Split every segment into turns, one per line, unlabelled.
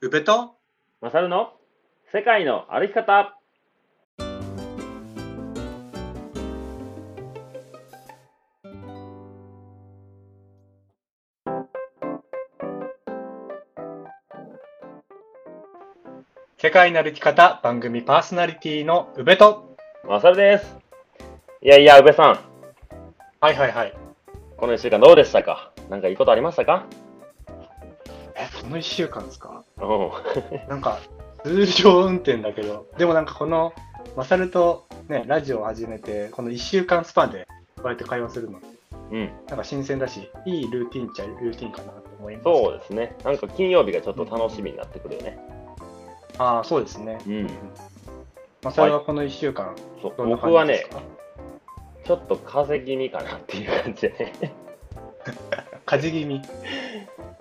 宇部と
マサルの世界の歩き方
世界の歩き方番組パーソナリティの宇部と
マサルですいやいや宇部さん
はいはいはい
この1週間どうでしたかなんかいいことありましたか
えこの1週間ですか
うん
なんか通常運転だけどでもなんかこのマサルとねラジオを始めてこの1週間スパンでこうやって会話するの
うん
なんか新鮮だしいいルーティンっちゃルーティンかなと思います
そうですねなんか金曜日がちょっと楽しみになってくるよね
ああそうですね
うん
マサルはこの1週間
そう
どんな
僕は
感じで
ね
すか、
ちょっと風邪気味かなっていう感じで ね
風邪気味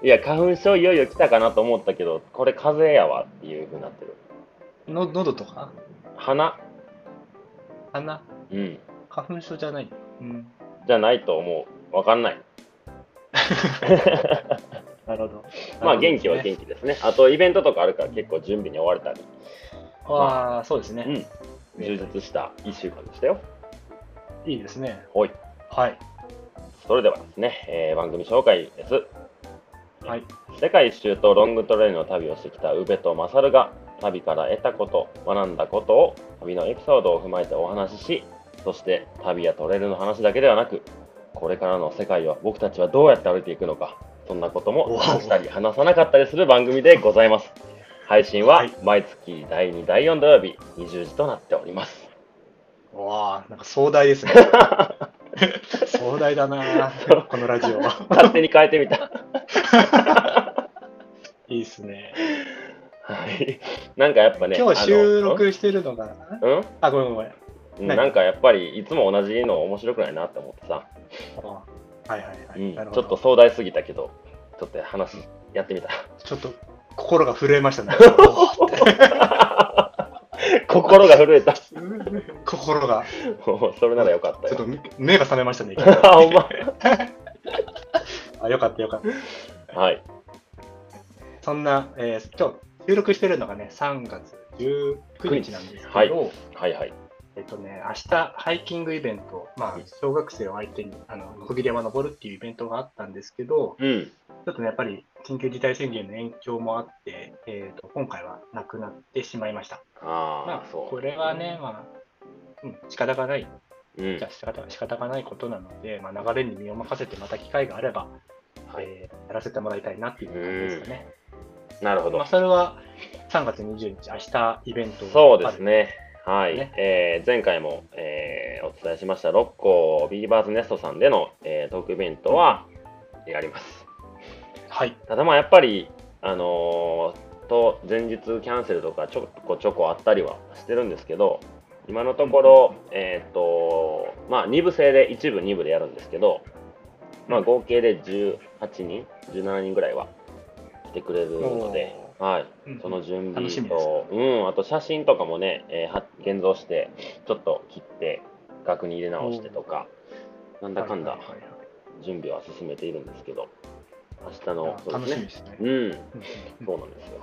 いや花粉症いよいよ来たかなと思ったけどこれ風邪やわっていうふうになってる
の喉とか
鼻
鼻
うん
花粉症じゃないうん
じゃないと思うわ かんない
なるほど
まあ元気は
気
元気ですね。あとイベントとかあるから結構準備に追われたり、
ああそうですね、
うん、充実した1週間でしたよ。
いいですね。
はい。
はい。
それではですね、えー番組紹介です。
はい。
世界一周とロングトレイルの旅をしてきた宇部とマサルが旅から得たこと、学んだことを旅のエピソードを踏まえてお話しし、そして旅やトレイルの話だけではなく、これからの世界は僕たちはどうやって歩いていくのか、そんなことも
おお
話したり話さなかったりする番組でございます。配信
は
はい毎月第2、第4土曜日20時となっております。
わあ、なんか壮大です ね。壮大だな
そう
このラジオは。
勝手に変えてみた。
いいですね。
はい。なんかやっぱね、
今日収
あ
録してるのが、
のうん
あ、ごめんごめん。あ
うん
何
なんかやっぱりいつも同じの面白くないなって思ってさ、
はいはいは
う
い。
ん、ち
なるほ
ょ
ど
っと壮大すぎたけどちょっと話やってみた
ちょっと心が震えましたね。
心が震えた
心が、
もうそれならよかった
ちょっと
よ
目が覚めましたね。
あほんま
あよかったよかった。
はい
そんな、えー今日収録してるのがね、3月19日なんですけど、
はいはいはい
えっとね、明日ハイキングイベント、まあ
うん、
小学生を相手にあの小山登るっていうイベントがあったんですけど、
うん
ちょっとね、やっぱり緊急事態宣言の延長もあって、えっと今回はなくなってしまいました。
あ
ま
あ
あ、
そう
これはね、まあ、うん、仕方がない、
うん
じゃあ仕方仕方がないことなので、まあ、流れに身を任せて、また機会があれば、
はい
えーやらせてもらいたいなっていう感じですかね。
なるほど
まあ、それは3月20日、明日イベント
そうです
ね。
ねはい、
ね
えー前回も、えーお伝えしました六甲ビーバーズネストさんでの、えートークイベントはやります
はい。
ただまあやっぱりあのーと前日キャンセルとかちょこちょこあったりはしてるんですけど今のところ、えーっとまあ、2部制で1部2部でやるんですけど、まあ、合計で18人17人ぐらいは来てくれるので、はい、
うん
その準備
楽しみです
と、うん、あと写真とかもね、えーは現像してちょっと切って額に入れ直してとかなんだかんだ
はいはいはいはい
準備は進めているんですけど明日
いや
のそう
楽
で
し
す
み
ね
ですね。
うん
うん
そうなんですよ。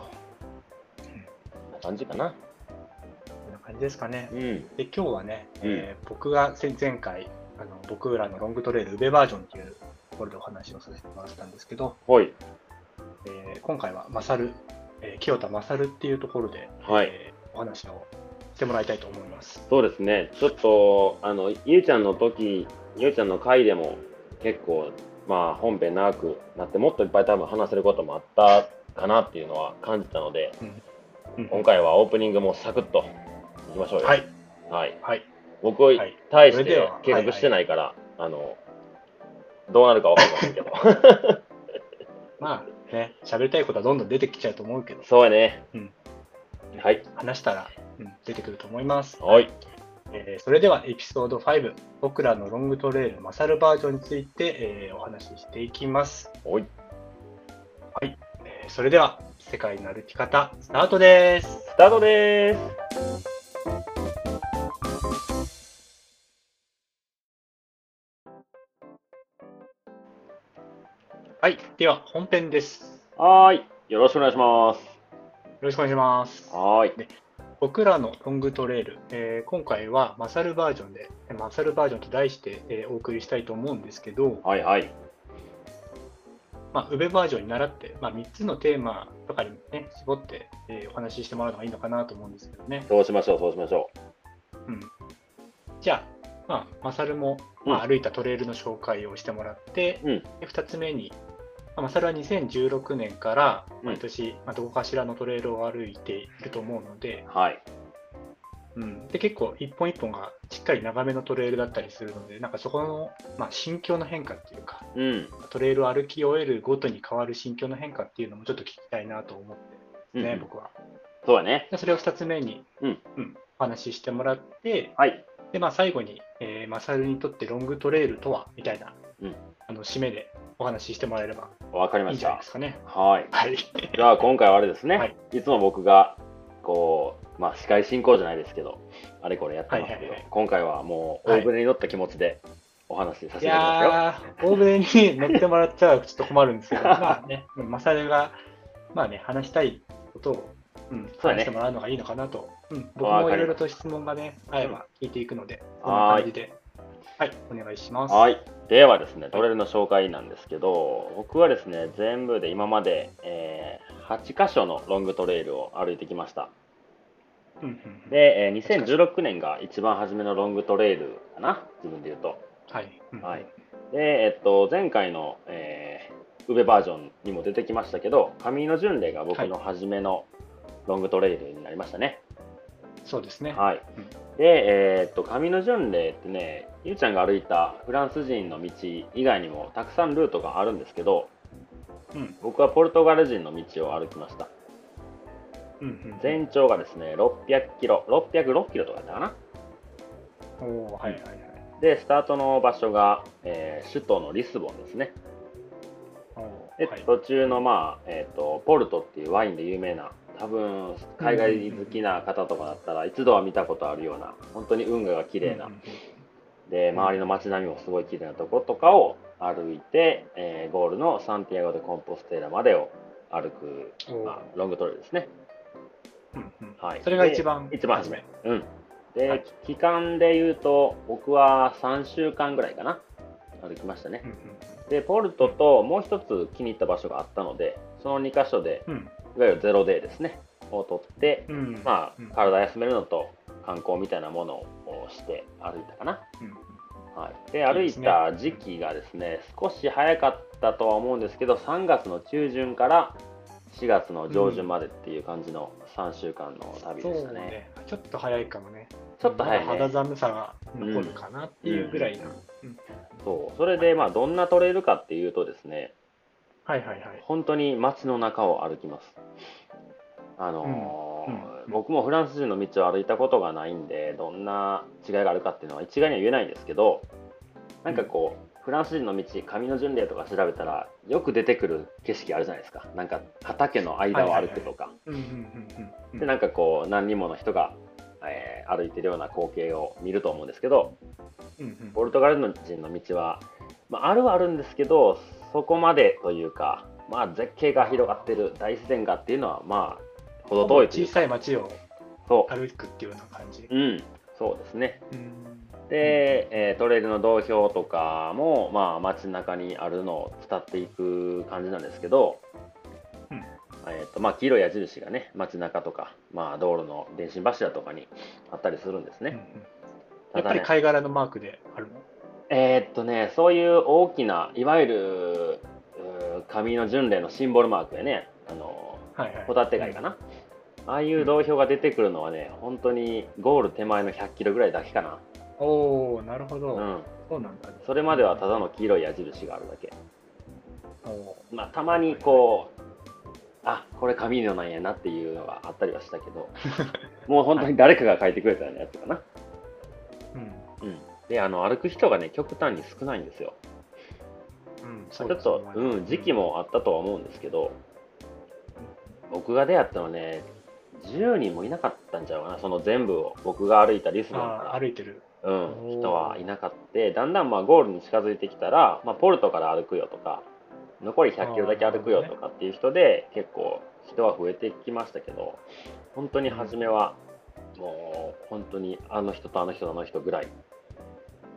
こんな感じかな。
こんな感じですかね。
ん。
で、今日はね、えー僕が前前回あの、僕らのロングトレイル、宇部バージョンっていうところでお話をさせてもらったんですけど、
ほい。
えー今回はマサル、えー清田マサルっていうところで、
はい
えーお話をしてもらいたいと思います。
そうですね。ちょっと、あの、ゆうちゃんの時、ゆうちゃんの回でも結構、まあ、本編長くなって、もっといっぱい多分話せることもあったかなっていうのは感じたので、
うん
今回はオープニングもサクッといきましょうよ。。
はいい、
はい。
はい、
僕、
はい。
対し
それで
て
は
計画してないから、あの、どうなるかわかりませんけ ど。
まあね、喋りたいことはどんどん出てきちゃうと思うけど、
そうやね。
うん
はい。
話したら、うん、出てくると思います。
はい。
えーそれではエピソード5、僕らのロングトレイルマサルバージョンについて、えーお話ししていきます。
はい。
えーそれでは、世界の歩き方、スタートです。
スタートでーす。
はい、では本編です。
はーい。よろしくお願いします。
ろしくお願いします。
はーい。
僕らのロングトレイル、えー今回はマサルバージョンで、えマサルバージョンと題して、えーお送りしたいと思うんですけど、
はいはい。
まあ、宇部バージョンに習って、まあ、3つのテーマとかに、ね、絞って、えーお話ししてもらうのがいいのかなと思うんですけどね。
そうしましょう、そうしましょ
うん、じゃあ、まあ、マサルも、ま
う
あ、歩いたトレイルの紹介をしてもらって、
うん
で2つ目に、まあ、マサルは2016年から
うん
毎年、まあ、どこかしらのトレイルを歩いていると思うので,、
う。はい。
うん、で結構一本一本がしっかり長めのトレイルだったりするのでなんかそこの、まあ、心境の変化っていうか
うん。
トレイルを歩き終えるごとに変わる心境の変化っていうのもちょっと聞きたいなと思って
うん
ね、
うん
僕は。
そうやね。
でそれを2つ目に、
うん
お話ししてもらって、
はい。
で、まあ、最後に、えーマサルにとってロングトレイルとはみたいな、
うん
あの締めでお話ししてもらえれば
わかり
い
ま
いん
し
じゃない
た
で。すかね。
はい。
はい。
じゃあ今回はあれですね、
はいい、
つも僕がこう、まあ、司会進行じゃないですけどあれこれやってますけど、
はいはいはい
今回はもう
はい
大船に乗った気持ちでお話しさせ
い
ていただきますよ、
やー、欧米に乗ってもらっちゃうとちょっと困るんですけ ど、まあね、うんマサルが、まあね、話したいことを、うん、
そうだね
話してもらうのがいいのかなと、うん、僕もいろいろと質問がね、あれば聞いていくので、こんな感じで、はい、お願いします。
はいではですねトレイルの紹介なんですけど僕はですね全部で今まで、え8箇所のロングトレイルを歩いてきました
うんうんうん
で、えー2016年が一番初めのロングトレイルかな自分で言うと
はい。うん
はい。で、えっと、前回の、えー、宇部バージョンにも出てきましたけど、上井の巡礼が僕の初めのロングトレイルになりましたね。
そうですね。
はい。
うん
で、えーっと、上井の巡礼ってね、ゆうちゃんが歩いたフランス人の道以外にもたくさんルートがあるんですけど、
うん
僕はポルトガル人の道を歩きました。
うんうん
全長がですね、600キロ、606キロとかだったかな。
おーはいはいはい。
で、スタートの場所が、えー首都のリスボンですね。
お
で
ーはい。
途中の、まあえー、とポルトっていうワインで有名な多分海外好きな方とかだったら一度は見たことあるような本当に運河が綺麗な、
うんうんうん
で周りの街並みもすごい綺麗なとことかを歩いて、えーゴールのサンティアゴ・でコンポステーラまでを歩く、
おー
まあ、ロングトレイルですね。
うんうん
はい、
それが
で
一番
一番初め。。うん、で、
はい
期間で言うと僕は3週間ぐらいかな歩きましたね
う。ん
でポルトともう一つ気に入った場所があったのでその2箇所で
うん
いわゆるゼロデイですねを取って、
うん。うん
ま
うん
あ、体休めるのと観光みたいなものをして歩いたかな、
うん
はい、で
い
歩
で
い
すね
た時期がですね少し早かったとは思うんですけど3月の中旬から4月の上旬までっていう感じの3週間の旅
そ
でし
う
たね,、
ね。ちょっと早いかもね。
ちょっと早い
まだ
ね
肌寒さが残るかなっていうぐらいな。うん
そうそれでまあどんなトレイルかっていうとですね
はいはいはい。
本当に街の中を歩きます。あのー
うんうんうん
僕もフランス人の道を歩いたことがないんでどんな違いがあるかっていうのは一概には言えないんですけどなんかこう、フランス人の道紙の巡礼とか調べたらよく出てくる景色あるじゃないですかなんか畑の間を歩くとか、
うんうんうんうん。
でなんかこう何人もの人が、えー歩いてるような光景を見ると思うんですけど
うんうん
ポルトガル人の道は、まあ、あるはあるんですけどそこまでというか、まあ、絶景が広がってる大自然がっていうのはまあほど遠いと
小
いうか
さい町を
そ
歩くっていうような感じ
う、。うん、そうですね
うん
で、えートレイルの道標とかも、まあ、街中にあるのを伝っていく感じなんですけど、
うん
えーとまあ、黄色い矢印がね街中とか、まあ、道路の電信柱とかにあったりするんです
うん
ね、
うん
た
やっ
だ
ぱ
ね
り貝殻のマークであるの。
えーっとね、そういう大きな、いわゆる、うー紙の巡礼のシンボルマークやね、あの、
はいはい。
ホタテ貝かな。ああいう道標が出てくるのはね、本当にゴール手前の100キロぐらいだけかな。
おお、なるほど、
うん。
そうなんだ。
それまではただの黄色い矢印があるだけ。
お
まあ、たまにこう、あ、これ紙のなんやなっていうのがあったりはしたけど、もう本当に誰かが書いてくれたようなやつかな。
ーうん。
うん。で、あの、歩く人がね、極端に少ないんですよ。
うん、
ち
そ
ょ
う
っと、うん、時期。もあったとは思うんですけど、僕が出会ったのはね、10人もいなかったんちゃうかな、その全部を、僕が歩いたリスボン
ああ、
か
歩いてる。
ら、うん、
おー
人はいなかった。だんだんまあゴールに近づいてきたら、まあ、ポルトから歩くよとか、残り100キロだけ歩くよとかっていう人で、結構人は増えてきましたけど、本当に初めは、もう本当にあの人とあの人とあの人ぐらい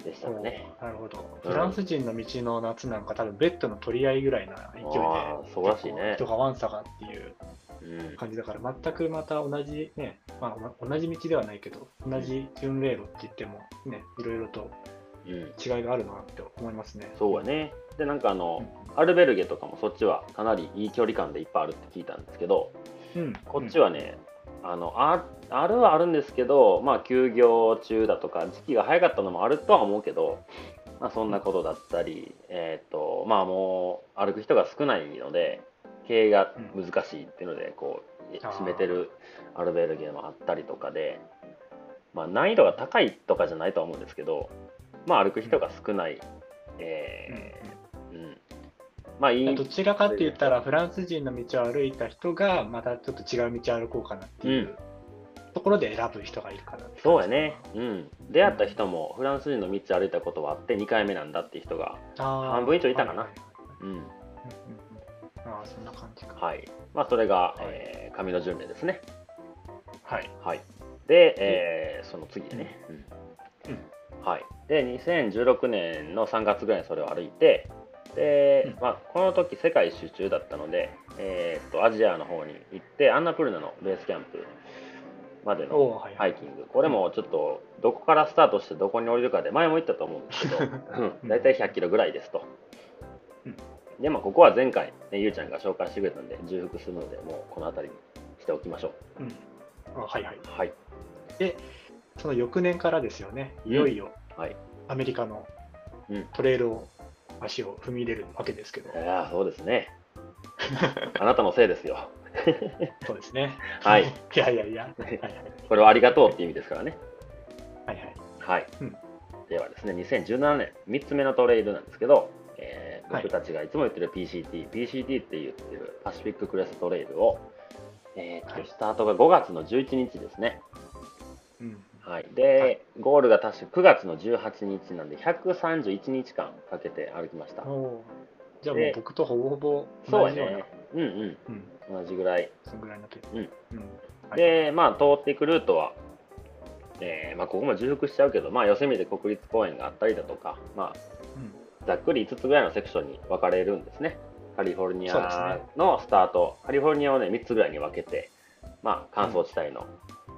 でしたね。
なるほど。
うん
フランス人の道の夏なんか多分ベッドの取り合いぐらいな勢いで
あ、ーそうらしいね
人がワンサがっていう
うん
感じだから、全くまた同じね、まあ、同じ道ではないけど、同じ巡礼路って言ってもね、いろいろと
うん、
違いがあるなって思いますね。
そうやね。で、なんかあの、アルベルゲとかもそっちはかなりいい距離感でいっぱいあるって聞いたんですけど、
うん、
こっちはね、あのああるはあるんですけど、まあ、休業中だとか、時期が早かったのもあるとは思うけど、まあ、そんなことだったり、えーとまあ、もう歩く人が少ないので、経営が難しいっていうので、こう
あー
締めてるアルベルゲもあったりとかで、まあ、難易度が高いとかじゃないとは思うんですけど、まあ、歩く人が少ない、えーうんまあ、い
うん
い
どちらかって言ったら、フランス人の道を歩いた人が、またちょっと違う道を歩こうかなっていうところで選ぶ人がいるかなって
そうやね、うん、出会った人もフランス人の道歩いたことはあって2回目なんだって人が、
半
半分以上いたかな
はい
う
は
ん
いはいうんうんうんああ、そんな感じか。
はいまあ、それが、
い
えー紙の順名ですね、
はい。
はい、で、えーその次でね、
うん
はい、で2016年の3月ぐらいにそれを歩いてで
う、
まあ、この時世界一周中だったので、えーっとアジアの方に行ってアンナプルナのベースキャンプまでの
おお、はい。
ハイキング、これもちょっとどこからスタートしてどこに降りるかで前も言ったと思うん ですけど、うん大体100キロぐらいですと
うん。
でまあ、ここは前回、ね、ゆうちゃんが紹介してくれたんで重複するのでもうこの辺りにしておきましょ
うんあはいはい。
う。はい、
その翌年からですよね、いよいよ
はい、
アメリカの
うん
トレイルを、足を踏み入れるわけですけど、
いやーそうですねあなたのせいですよ。
そうですね。
はい、
いやいやいや、はいはい
これはありがとうっていう意味ですからね。
はいはい。
はい、
うん
ではですね2017年3つ目のトレイルなんですけど、えー
はい
僕たちがいつも言ってる PCT、PCT って言ってるパシフィッククレストレイルを、えーっと
はい
スタートが5月の11日ですね、
うん
はい、
は
で
い、
ゴールが確か9月の18日なんで131日間かけて歩きました
おおじゃあもう
で
僕とほぼほぼ
そう
同
や
じような、
ねうんうん
うん、
同じぐらい
そのぐらいになってる。
うん
うんはい
で、まあ、通っていくルートは、えーまあ、ここも重複しちゃうけど、まあ、ヨセミテ国立公園があったりだとか、まあ、ざっくり5つぐらいのセクションに分かれるんですね。カリフォルニ
そうです
ア
ね
のスタート、カリフォルニアをね、3つぐらいに分けて、まあ、乾燥地帯の、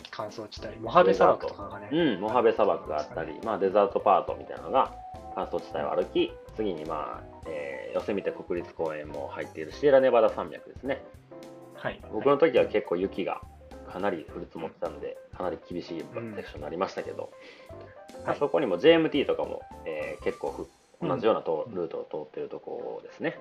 乾燥地帯、モハベ砂漠とかがね、
うん、モハベ砂漠があったり、まあ、デザートパートみたいなのが、乾燥地帯を歩き、次に、まあ、えー、ヨセミテ国立公園も入っているシエラネバダ山脈ですね。
はい、
僕の時は結構雪がかなり降り積もってたので、かなり厳しいセクションになりましたけど、まあ
はい
そこにも JMT とかも、えー結構ふ
うん
同じようなとルートを通ってるとこですね、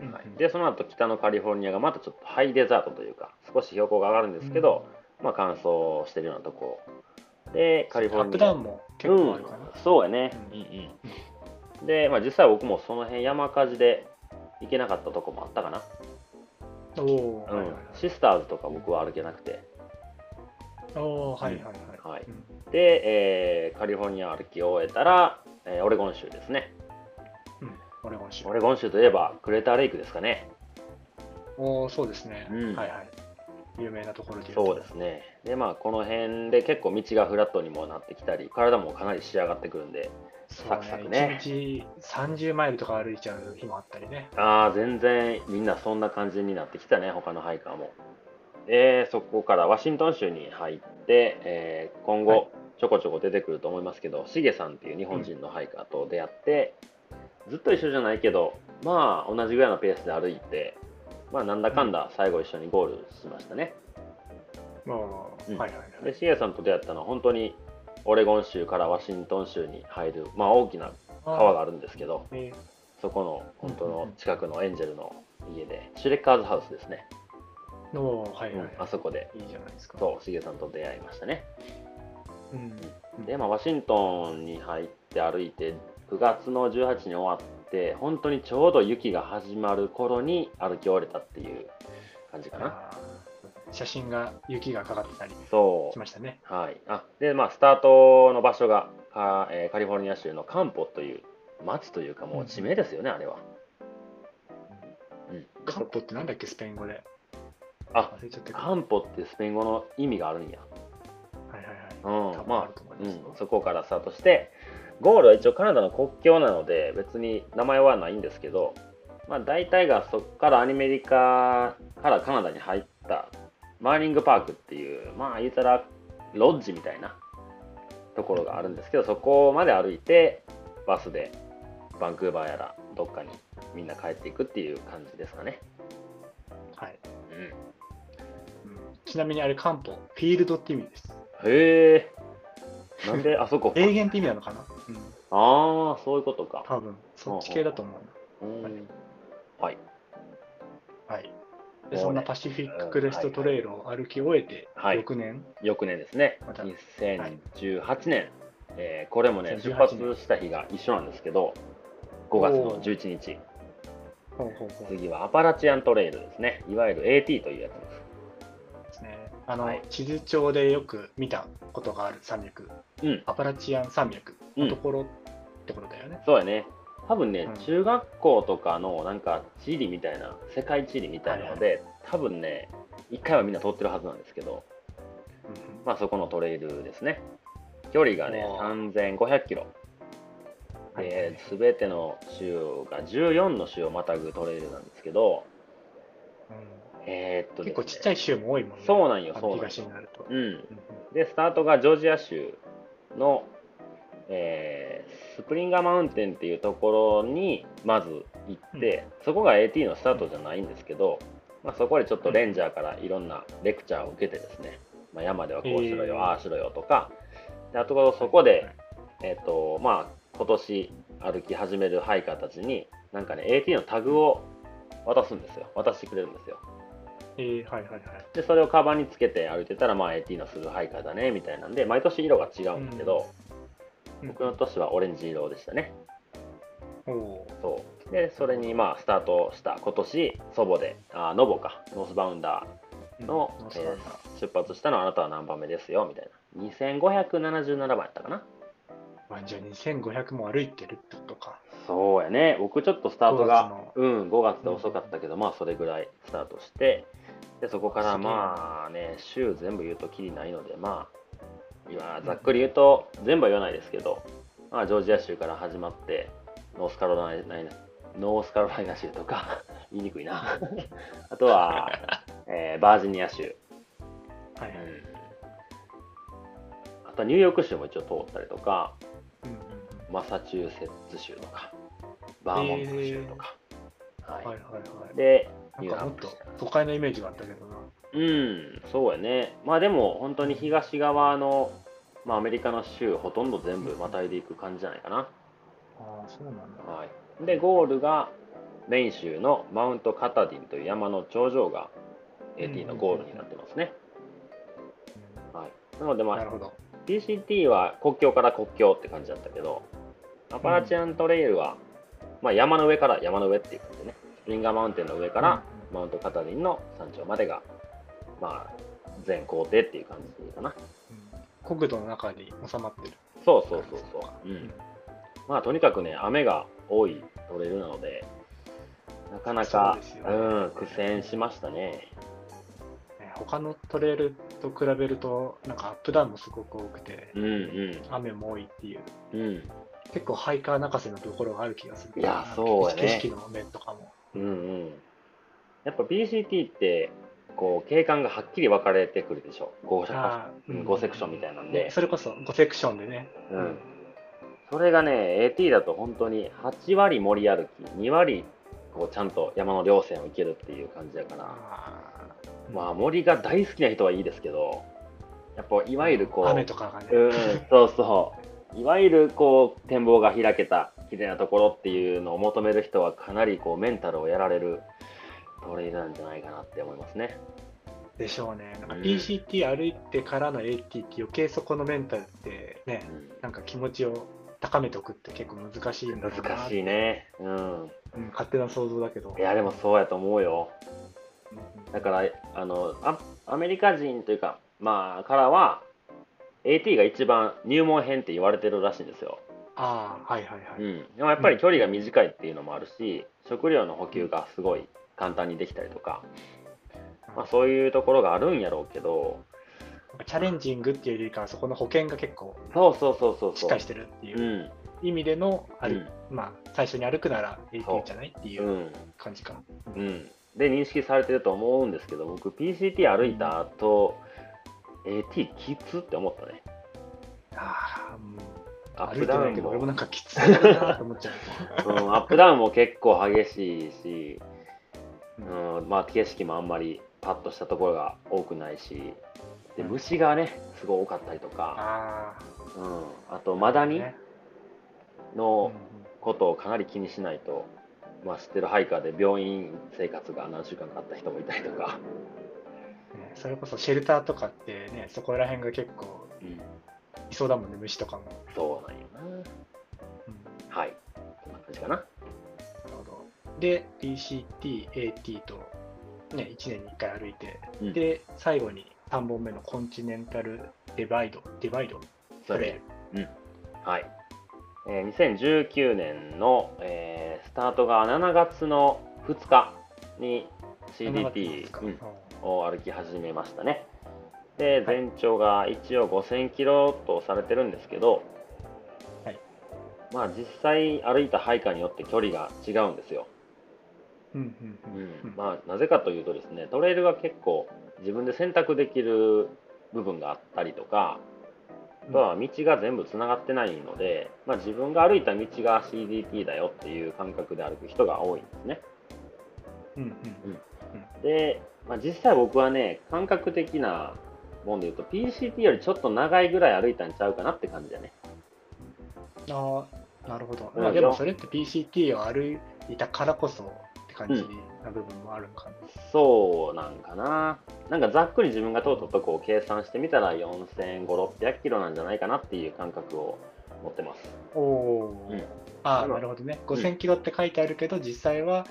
うん
はい、でその後北のカリフォルニアがまたちょっとハイデザートというか少し標高が上がるんですけど、、まあ、乾燥してるようなとこでカリフォ
ア
ル
ッ
ニ
プ
ア
ダウンも結構あるかな。
うん、そうやね、
うん
で、まあ、実際僕もその辺山火事で行けなかったとこもあったかな、
おお、
う
はいはい
ん
は、
シスターズとか僕は歩けなくて
い、おお、はいはいはい。
はい
うん
で、えーカリフォルニアを歩き終えたら、えーオレゴン州ですね
うん、オレゴン州
オ。レゴン州といえばクレーターレイクですかね
おお、そうですね、
うん
はいはい。有名なところで言と
そうですねでまあこの辺で結構道がフラットにもなってきたり体もかなり仕上がってくるんで
そう
サクサクね
1日30マイルとか歩いちゃう日もあったりね。
ああ全然みんなそんな感じになってきたね他のハイカーもでそこからワシントン州に入って、えー今
はい
後ちょこちょこ出てくると思いますけど、シゲさんっていう日本人のハイカーと出会って、ずっと一緒じゃないけどまあ同じぐらいのペースで歩いてまあなんだかんだ最後一緒にゴールしましたね、
もう
うん
はいはいは
で
い。
シゲさんと出会ったのは本当にオレゴン州からワシントン州に入るまあ大きな川があるんですけど
えー
そこの本当の近くのエンジェルの家でシュレッカーズハウスですね
おーはいはいはい。
あそこで、
いいじゃないですか。
そう、しげさんと出会いましたね。
うん。
で、まあ、ワシントンに入って歩いて、9月の18に終わって、本当にちょうど雪が始まる頃に歩き終えたっていう感じかな。
あー写真が雪がかかってたり
そ
し
う。
ましたね。
はい。あ、で、まあ、スタートの場所が、カえーカリフォルニア州のカンポという、町というか、もう地名ですよね、あれは。うん。
カッポってなんだっけ、スペイン語で。
あ
忘れちゃったけど。は
半歩ってスペイン語の意味があるんや。
いはいはい。
う
多
ん、
分あ
ま
ると思い
あ、う
ますよ
ん、そこからスタートして、ゴールは一応カナダの国境なので、別に名前はないんですけど、まあ、大体がそこからアニメリカからカナダに入った、マーリングパークっていう、まあ、言うたら、ロッジみたいなところがあるんですけど、そこまで歩いて、バスでバンクーバーやら、どっかにみんな帰っていくっていう感じですかね。
はい、
うん、
うんちなみにあれ、漢方、フィールドって意味です。
へえ、なんであそこ
霊源って意味なのかなうん、
ああ、そういうことか。
多分、そっち系だと思うな。
うんはい。
はい。
う
で、
ね
そんなパシフィッククレストトレイルを歩き終えて、
はい
翌年、
翌年ですね、
また
2018年、えーこれもね、
2018
出発した日が一緒なんですけど、5月の11日、
ほうほうほう
次はアパラチアントレイルですね、いわゆる AT というやつです。
ですね。あの、
はい
地図帳でよく見たことがある山脈、
うん、
アパラチアン山脈
う
の
ん
ところってことだよね。
そうやね、多分ね、
うん
中学校とかのなんか地理みたいな、世界地理みたいなので、多分ね、1回はみんな通ってるはずなんですけど、
うん
まあ、そこのトレイルですね。距離がね、
お
3500キロ。
はい
で、すべての州が14の州をまたぐトレイルなんですけど、
うん
えーっ
結
とですね、
構ちっちゃい州も多いもんね。
そうなんよ
あの
そうなんよ
東になると。
うん。
うん
で、スタートがジョージア州の、えースプリンガーマウンテンっていうところにまず行って、そこが AT のスタートじゃないんですけど、まあ、そこでちょっとレンジャーからいろんなレクチャーを受けてですね、まあ、山ではこうしろよ、
えー
ああしろよとか、であとそこで、えっとまあ、今年歩き始めるハイカーたちに、なんかね、AT のタグを渡すんですよ、渡してくれるんですよ。
えー、はいはいはい。
で、それをカバンにつけて歩いてたら、まあ、AT のするハイカーだねみたいなんで、毎年色が違うんですけど、
うん
僕の年はオレンジ色でしたね。
おお
そうで、それにまあスタートした今年、祖母で、あノボか、ノースバウンダ
ー
ーの、
うん
えー出発したのはあなたは何番目ですよみたいな、2577番やったかな。
まあじゃあ2500も歩いてるってことか。
そうやね、僕ちょっとスタート
5月
が
の、
うん、5月で遅かったけど、まあそれぐらいスタートして、でそこからまあね、週全部言うときりないので、まあ、今、ざっくり言うと、全部は言わないですけど、まあ、ジョージア州から始まって、ノースカロライナ、ノースカロライナ州とか、 言いにくい な、あとは、えーバージニア州、
はい
う
はい。
んあとはニューヨーク州も一応通ったりとか、
うんうん
マサチューセッツ州とか、バーモント州とか、
うん
は
はいいはいはい。
で、
なんかもっと
ニューハンプシャー
都会のイメージがあったけどな。
うん、そうやね、まあでも本当に東側の、まあ、アメリカの州、ほとんど全部またいでいく感じじゃないかな。
ああ、そうなんだ。
はい、で、ゴールがメイン州のマウント・カタディンという山の頂上が AT のゴールになってますね。はい、なので、ま
な
あ
る、ほど。
PCT は国境から国境って感じだったけど、アパラチアントレイルは、まあ、山の上から山の上っていう感じでね、スプリンガーマウンテンの上から、マウントカタリンの山頂までが、まあ、全行程っていう感じでいいかな。
うん、国土の中に収まってる。
そうそうそうそう。うん。まあ、とにかくね、雨が多いトレイルなので、なかなか
そうです、よね
うん、苦戦しましたね。
ね他のトレイルと比べると、なんかアップダウンもすごく多くて、
うんう
雨も多いっていう、
ん。うん。
結構ハイカー泣かせのところがある気がする。
いやそうやね
景色の面とかも。
うんうん。やっぱ BCT って、こう、景観がはっきり分かれてくるでしょ。5, 社
あー
うん5セクションみたいなんで。
それこそ5セクションでね。
うん。それがね、AT だと本当に8割森歩き、2割こうちゃんと山の稜線を行けるっていう感じだから、
あー
まあ、森が大好きな人はいいですけど、やっぱいわゆるこう、
雨とかがね。
うん、そうそう、いわゆるこう展望が開けた綺麗なところっていうのを求める人はかなりこうメンタルをやられるトレイルなんじゃないかなって思いますね。
でしょうね。なんか
うん
PCT 歩いてからの AT って余計そこのメンタルってね、
うん
なんか気持ちを高めておくって結構難しいんだろうな
難しいね。うん。
うん、勝手な想像だけど
いや、でもそうやと思うよ。
うん
だからあのアアメリカ人というか、まあ、からは AT が一番入門編って言われてるらしいんですよ、
ああはいはいは
う
い、
ん、でもやっぱり距離が短いっていうのもあるし食料の補給がすごい簡単にできたりとかまあ、そういうところがあるんやろうけど、
チャレンジングっていうよりかは、そこの保険が結構
そうそうそうそうそう。。
しっかりしてるっていううん意味での
う
歩き、
ん。。
まあ、最初に歩くなら AP じゃないっていううん感じか。
うん、で認識されてると思うんですけど僕 PCT 歩いた後 AT きつって思ったね
ああ、もう
アッ
歩
プ
いて
ダ
な
ウ
い
ン
けど、
も、
俺もなんかきついなと思っ ちゃう。
うん、アップダウンも結構激しいし、うんまあ、景色もあんまりパッとしたところが多くないしで虫がねすごい多かったりとか、
あ
うん、あとマダ
あ、
ニ
ね
の
うんうん
ことをかなり気にしないと、まあ、知ってるハイカーで病院生活が何週間かあった人もいたりとか、
ねそれこそシェルターとかってね、そこら辺が結構
うん、
いそうだもんね、虫とかも。
そうなんよな
うん
はいこんな感じかな
なるほど。で、PCT、AT と、ね、1年に1回歩いて、
うん
で、最後に3本目のコンチネンタルデバイド、デバイド、ト
それ
レイル。
はい、えー2019年の、えースタートが7月の2日に
7月なんで
CDT
すか
うん
う
を歩き始めましたねで
はい
全長が一応5000キロとされてるんですけど、
はい
まあ実際歩いた配下によって距離が違うんですよ、
んうんうんうん
まあなぜかというとですねトレイルが結構自分で選択できる部分があったりとか、あとは道が全部つながってないので、まあ、自分が歩いた道が CDT だよっていう感覚で歩く人が多いんですね。
うんうん
で、まあ、実際僕はね、感覚的なもんで言うと、PCT よりちょっと長いぐらい歩いたんちゃうかなって感じだね。
ああ、なるほど。
うん
まあ、でもそれって PCT を歩いたからこそって感じな部分もあるんかな。
そうなんかな。なんかざっくり自分が通ったとこを計算してみたら、4500、600キロなんじゃないかなっていう感覚を持ってます。
おおー、
うん
あ
あ
あ、
の
なるほどね。5000キロって書いてあるけど、実際は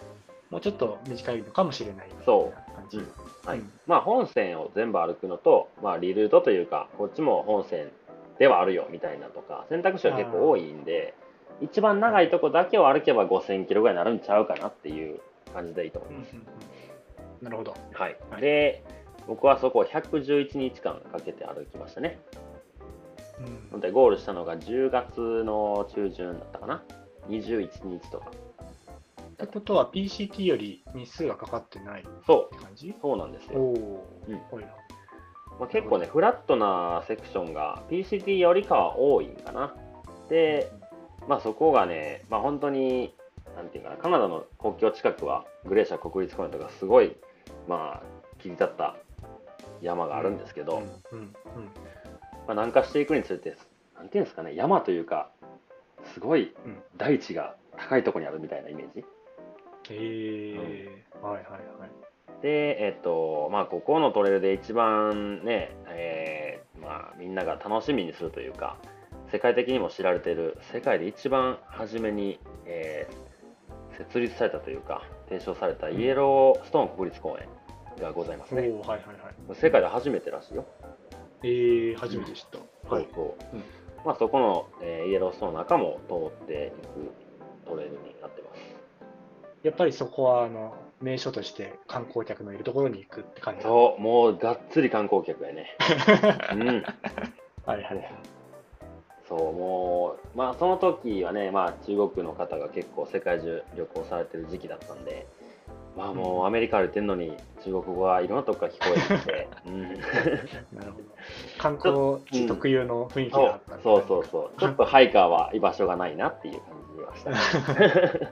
もうちょっと短いのかもしれないみたいな感じ。
そうはい
うん
まあ、本線を全部歩くのと、まあ、リルートというか、こっちも本線ではあるよみたいなとか、選択肢は結構多いんで、一番長いとこだけを歩けば5000キロぐらいになるんちゃうかなっていう感じでいいと思い
うんうんう
ま
ん
す。
なるほど。
はい
はい
で、僕はそこを111日間かけて歩きましたね。
うん
ので、ゴールしたのが10月の中旬だったかな、21日とか。
ってことは PCT より日数がかかってないっ
そ
て感じ
う、そうなんですよ。
おお
う
ー、
ん
多いな
まあ、結構ね、フラットなセクションが PCT よりかは多いんかな。で、まあ、そこがね、まあ、本当に、なんていうかな、カナダの国境近くは、グレーシャ国立公園とか、すごい、まあ、切り立った山があるんですけど、
うんうんうん
まあ、南下していくにつれて、なんていうんですかね、山というか、すごい
うん
大地が高いところにあるみたいなイメージ。
えーはいはいはい。
で、えっと、まあ、ここのトレイルで一番ね、えーまあ、みんなが楽しみにするというか、世界的にも知られている、世界で一番初めに、えー設立されたというか、提唱されたイエローストーン国立公園がございますね。
おお、はいはいはい。
世界で初めてらしいよ。
えー、初めて知った。
そうそう
うん
まあ、そこの、えーイエローストーンの中も通っていくトレイルになってます。
やっぱりそこはあの名所として観光客のいるところに行くって感じ。は
そう、もうがっつり観光客や ね。うん
いはい。
そうもうまあその時はねまあ中国の方が結構世界中旅行されてる時期だったんでまあもうアメリカ歩いてんのに中国語はいろんなとこから聞こえてきて、うん、
なるほど。観光地特有の雰囲気
そ
があ
う
ったんだね
そうそう そうちょっとハイカーは居場所がないなっていう感じはしたね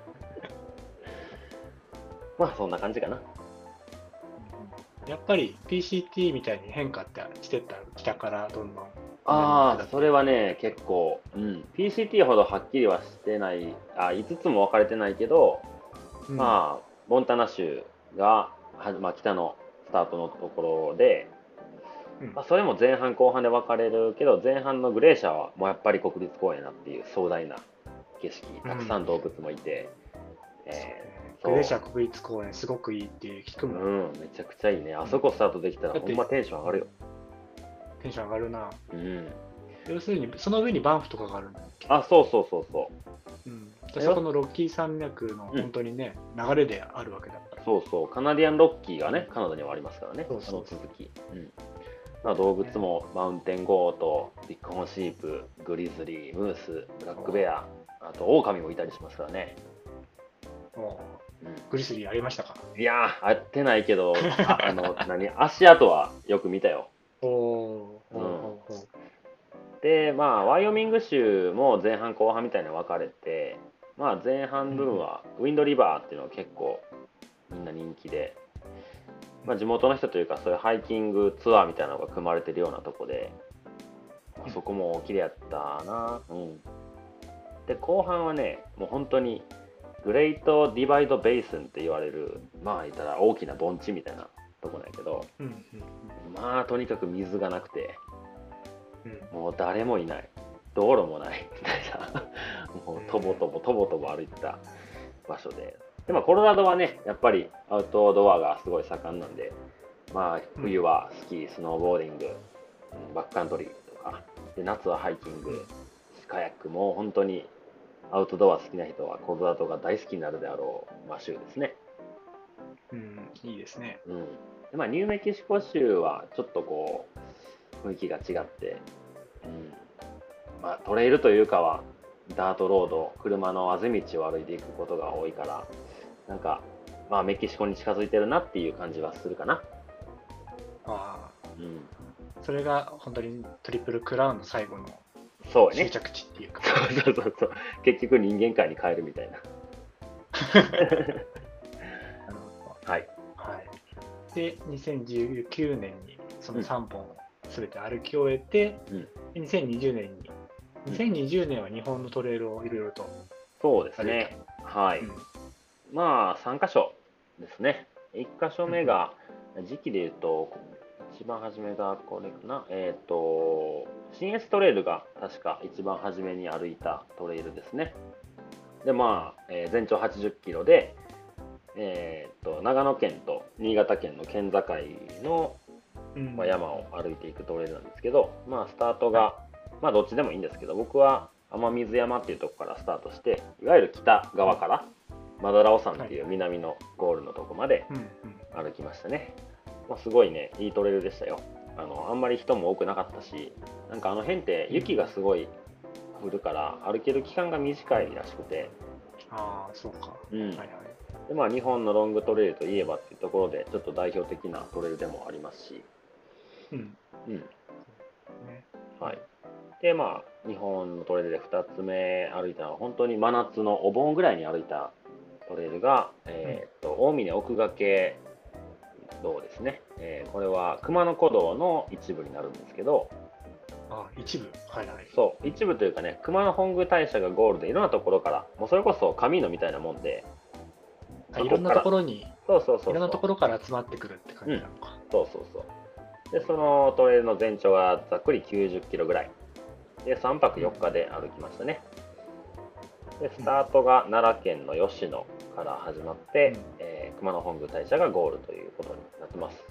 まあそんな感じかな
うんやっぱり PCT みたいに変化ってしてった北からどんどん。
ああそれはね結構、うん、PCT ほどはっきりはしてないあ5つも分かれてないけど
うん
まあ、モンタナ州が、はまあ、北のスタートのところで、
うん
まあ、それも前半後半で分かれるけど前半のグレーシャーはもうやっぱり国立公園だっていう壮大な景色たくさん洞窟もいて、え
グレーシャ国立公園すごくいいって聞く
ー
もん、
うん、めちゃくちゃいいねあそこスタートできたら
だっ
ほん
て
まテンション上がるよ、
テンション上がるな
うん、
要するにその上にバンフとかがあるんだ
あそうそうそうそう
うん、
でしょ
そこのロッキー山脈の本当にね、流れであるわけだから。
そうそう、カナディアンロッキーがね、カナダにはありますからね、
そうそう
あの続き。うんまあ、動物もマウンテンゴート、ビッグホーンシープ、グリズリー、ムース、ブラックベア、あとオオカミもいたりしますからね。
も
うん
うグリスリーありましたか
いやー、会ってない けど、ああの、何、足跡はよく見たよ。
おおー、
う
おー
ん
おー
で、まあ、ワイオミング州も前半後半みたいに分かれて、まあ、前半部分はウィンドリバーっていうのが結構みんな人気で、まあ、地元の人というか、そういうハイキングツアーみたいなのが組まれてるようなとこで、まあそこも綺麗やったな。うん。で、後半はね、もう本当に、グレートディバイドベースンって言われる、まあ、言ったら大きな盆地みたいなとこなんやけど、
うんうん
まあ、とにかく水がなくて、
うんうん
もう誰もいない道路もないみたいなもうとぼとぼとぼとぼ歩いてた場所ででもコロラドはねやっぱりアウトドアがすごい盛んなんでまあ冬はスキースノーボーディングうんバックカントリーとかで夏はハイキングカヤックもう本当にアウトドア好きな人はコロラドが大好きになるであろう、まあ、州ですね
うん、いいですね。
うんでまあ、ニューメキシコ州はちょっとこう雰囲気が違って、うんまあ、トレイルというかはダートロード車のあぜ道を歩いていくことが多いからなんか、まあ、メキシコに近づいてるなっていう感じはするかな、
あ
うん、
あ、それが本当にトリプルクラウンの最後の
そうや
終
ね
着地っていうか。
そうそうそう結局人間界に帰るみたいな
なるほ
はい
どはい。で、2019年にその3本全て歩き終えて、
うん
で2020年に、
うん
2020年は日本のトレイルをいろいろと、
そうですねはい、まあ3箇所ですね。1箇所目が時期で言うと一番初めがこれかな、えっ、と、新越トレイルが確か一番初めに歩いたトレイルですね。で、まあ、えー全長80キロで、えっ、と、長野県と新潟県の県境の、
うん
まあ、山を歩いていくトレイルなんですけど、まあ、スタートが、まあ、どっちでもいいんですけど、僕は天水山っていうとこからスタートして、いわゆる北側から、マダラオ山っていう南のゴールのとこまで
うんうん、
歩きましたね。まあ、すごいね、いいトレイルでしたよ。あの、あんまり人も多くなかったし、なんかあの辺って雪がすごい降るから、歩ける期間が短いらしくて、
ああ、そうか。
うん
はいはい。
でまあ、日本のロングトレイルといえばっていうところで、ちょっと代表的なトレイルでもありますし、
うん。
うん、
ね、
はい、でまあ日本のトレイルで2つ目歩いたのは本当に真夏のお盆ぐらいに歩いたトレイルが、えー、と大峰奥掛道ですね、えーこれは熊野古道の一部になるんですけど
ああ、一部。はいはい。
そう一部というかね熊野本宮大社がゴールでいろんなところからもうそれこそ神野みたいなもんで
あいろんなところに、い
そうそうそうそう
ろんなところから集まってくるって感じなのか。
そうそうそう。で、そのトレイルの全長がざっくり90キロぐらい。で、3泊4日で歩きましたね。で、スタートが奈良県の吉野から始まって、
うん
えー熊野本宮大社がゴールということになってます。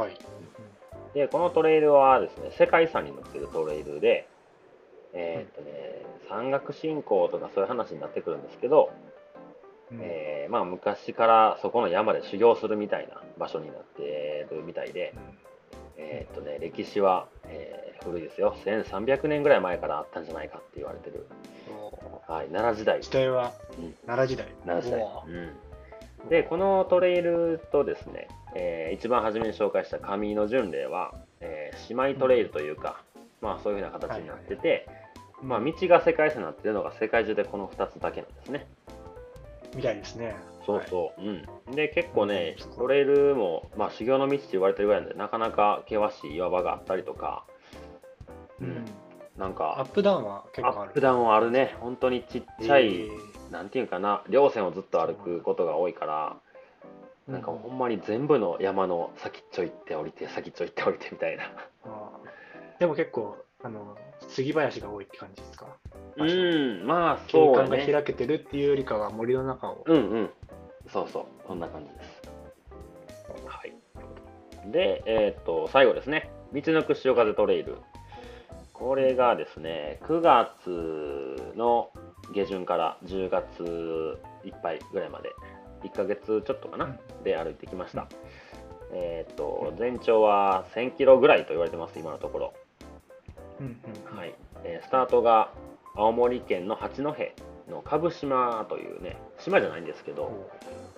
はい。
で、このトレイルはですね、世界遺産になっているトレイルで、えーっとね、山岳信仰とかそういう話になってくるんですけど、
うん
えーまあ昔からそこの山で修行するみたいな場所になってるみたいで、えーっとね、歴史は、えー古いですよ1300年ぐらい前からあったんじゃないかって言われてる、
うんお
はい、奈良時代
時代は
うん
奈良時代。
奈良時代
お、ー
うん、でこのトレイルとですね、えー一番初めに紹介した上井の巡礼は、えー姉妹トレイルというか、まあそういうふうな形になってて、まあ、道が世界遺産になってるのが世界中でこの2つだけなんですね
みたいですね。
そうそう、うん、で結構ね
うん
トレイルも、まあ、修行の道って言われてるぐらいなんでなかなか険しい岩場があったりとかう
うんん、
なん
アッ
か
プダウンは結
ア
構ある。
ップダウンはあるね、本当にちっちゃい、
え
なんていうかな、稜線をずっと歩くことが多いから、
ー
なんかほんまに全部の山の先っちょ行って降りて、先っちょ行って降りてみたいな。
あーでも結構あの杉林が多いって感じですか。う
う、
ん
まあ
景
そう
観が
ね。
開けてるっていうよりかは森の中を。
うんうん、そうそう、そんな感じです。はい。で、えーっと、最後ですね、道のく潮風トレイル。これがですね、9月の、下旬から10月いっぱいぐらいまで1ヶ月ちょっとかなで歩いてきました、えーっと全長は1000キロぐらいと言われてます今のところ、
うんうん。
はいいえースタートが青森県の八戸の蕪島というね島じゃないんですけど、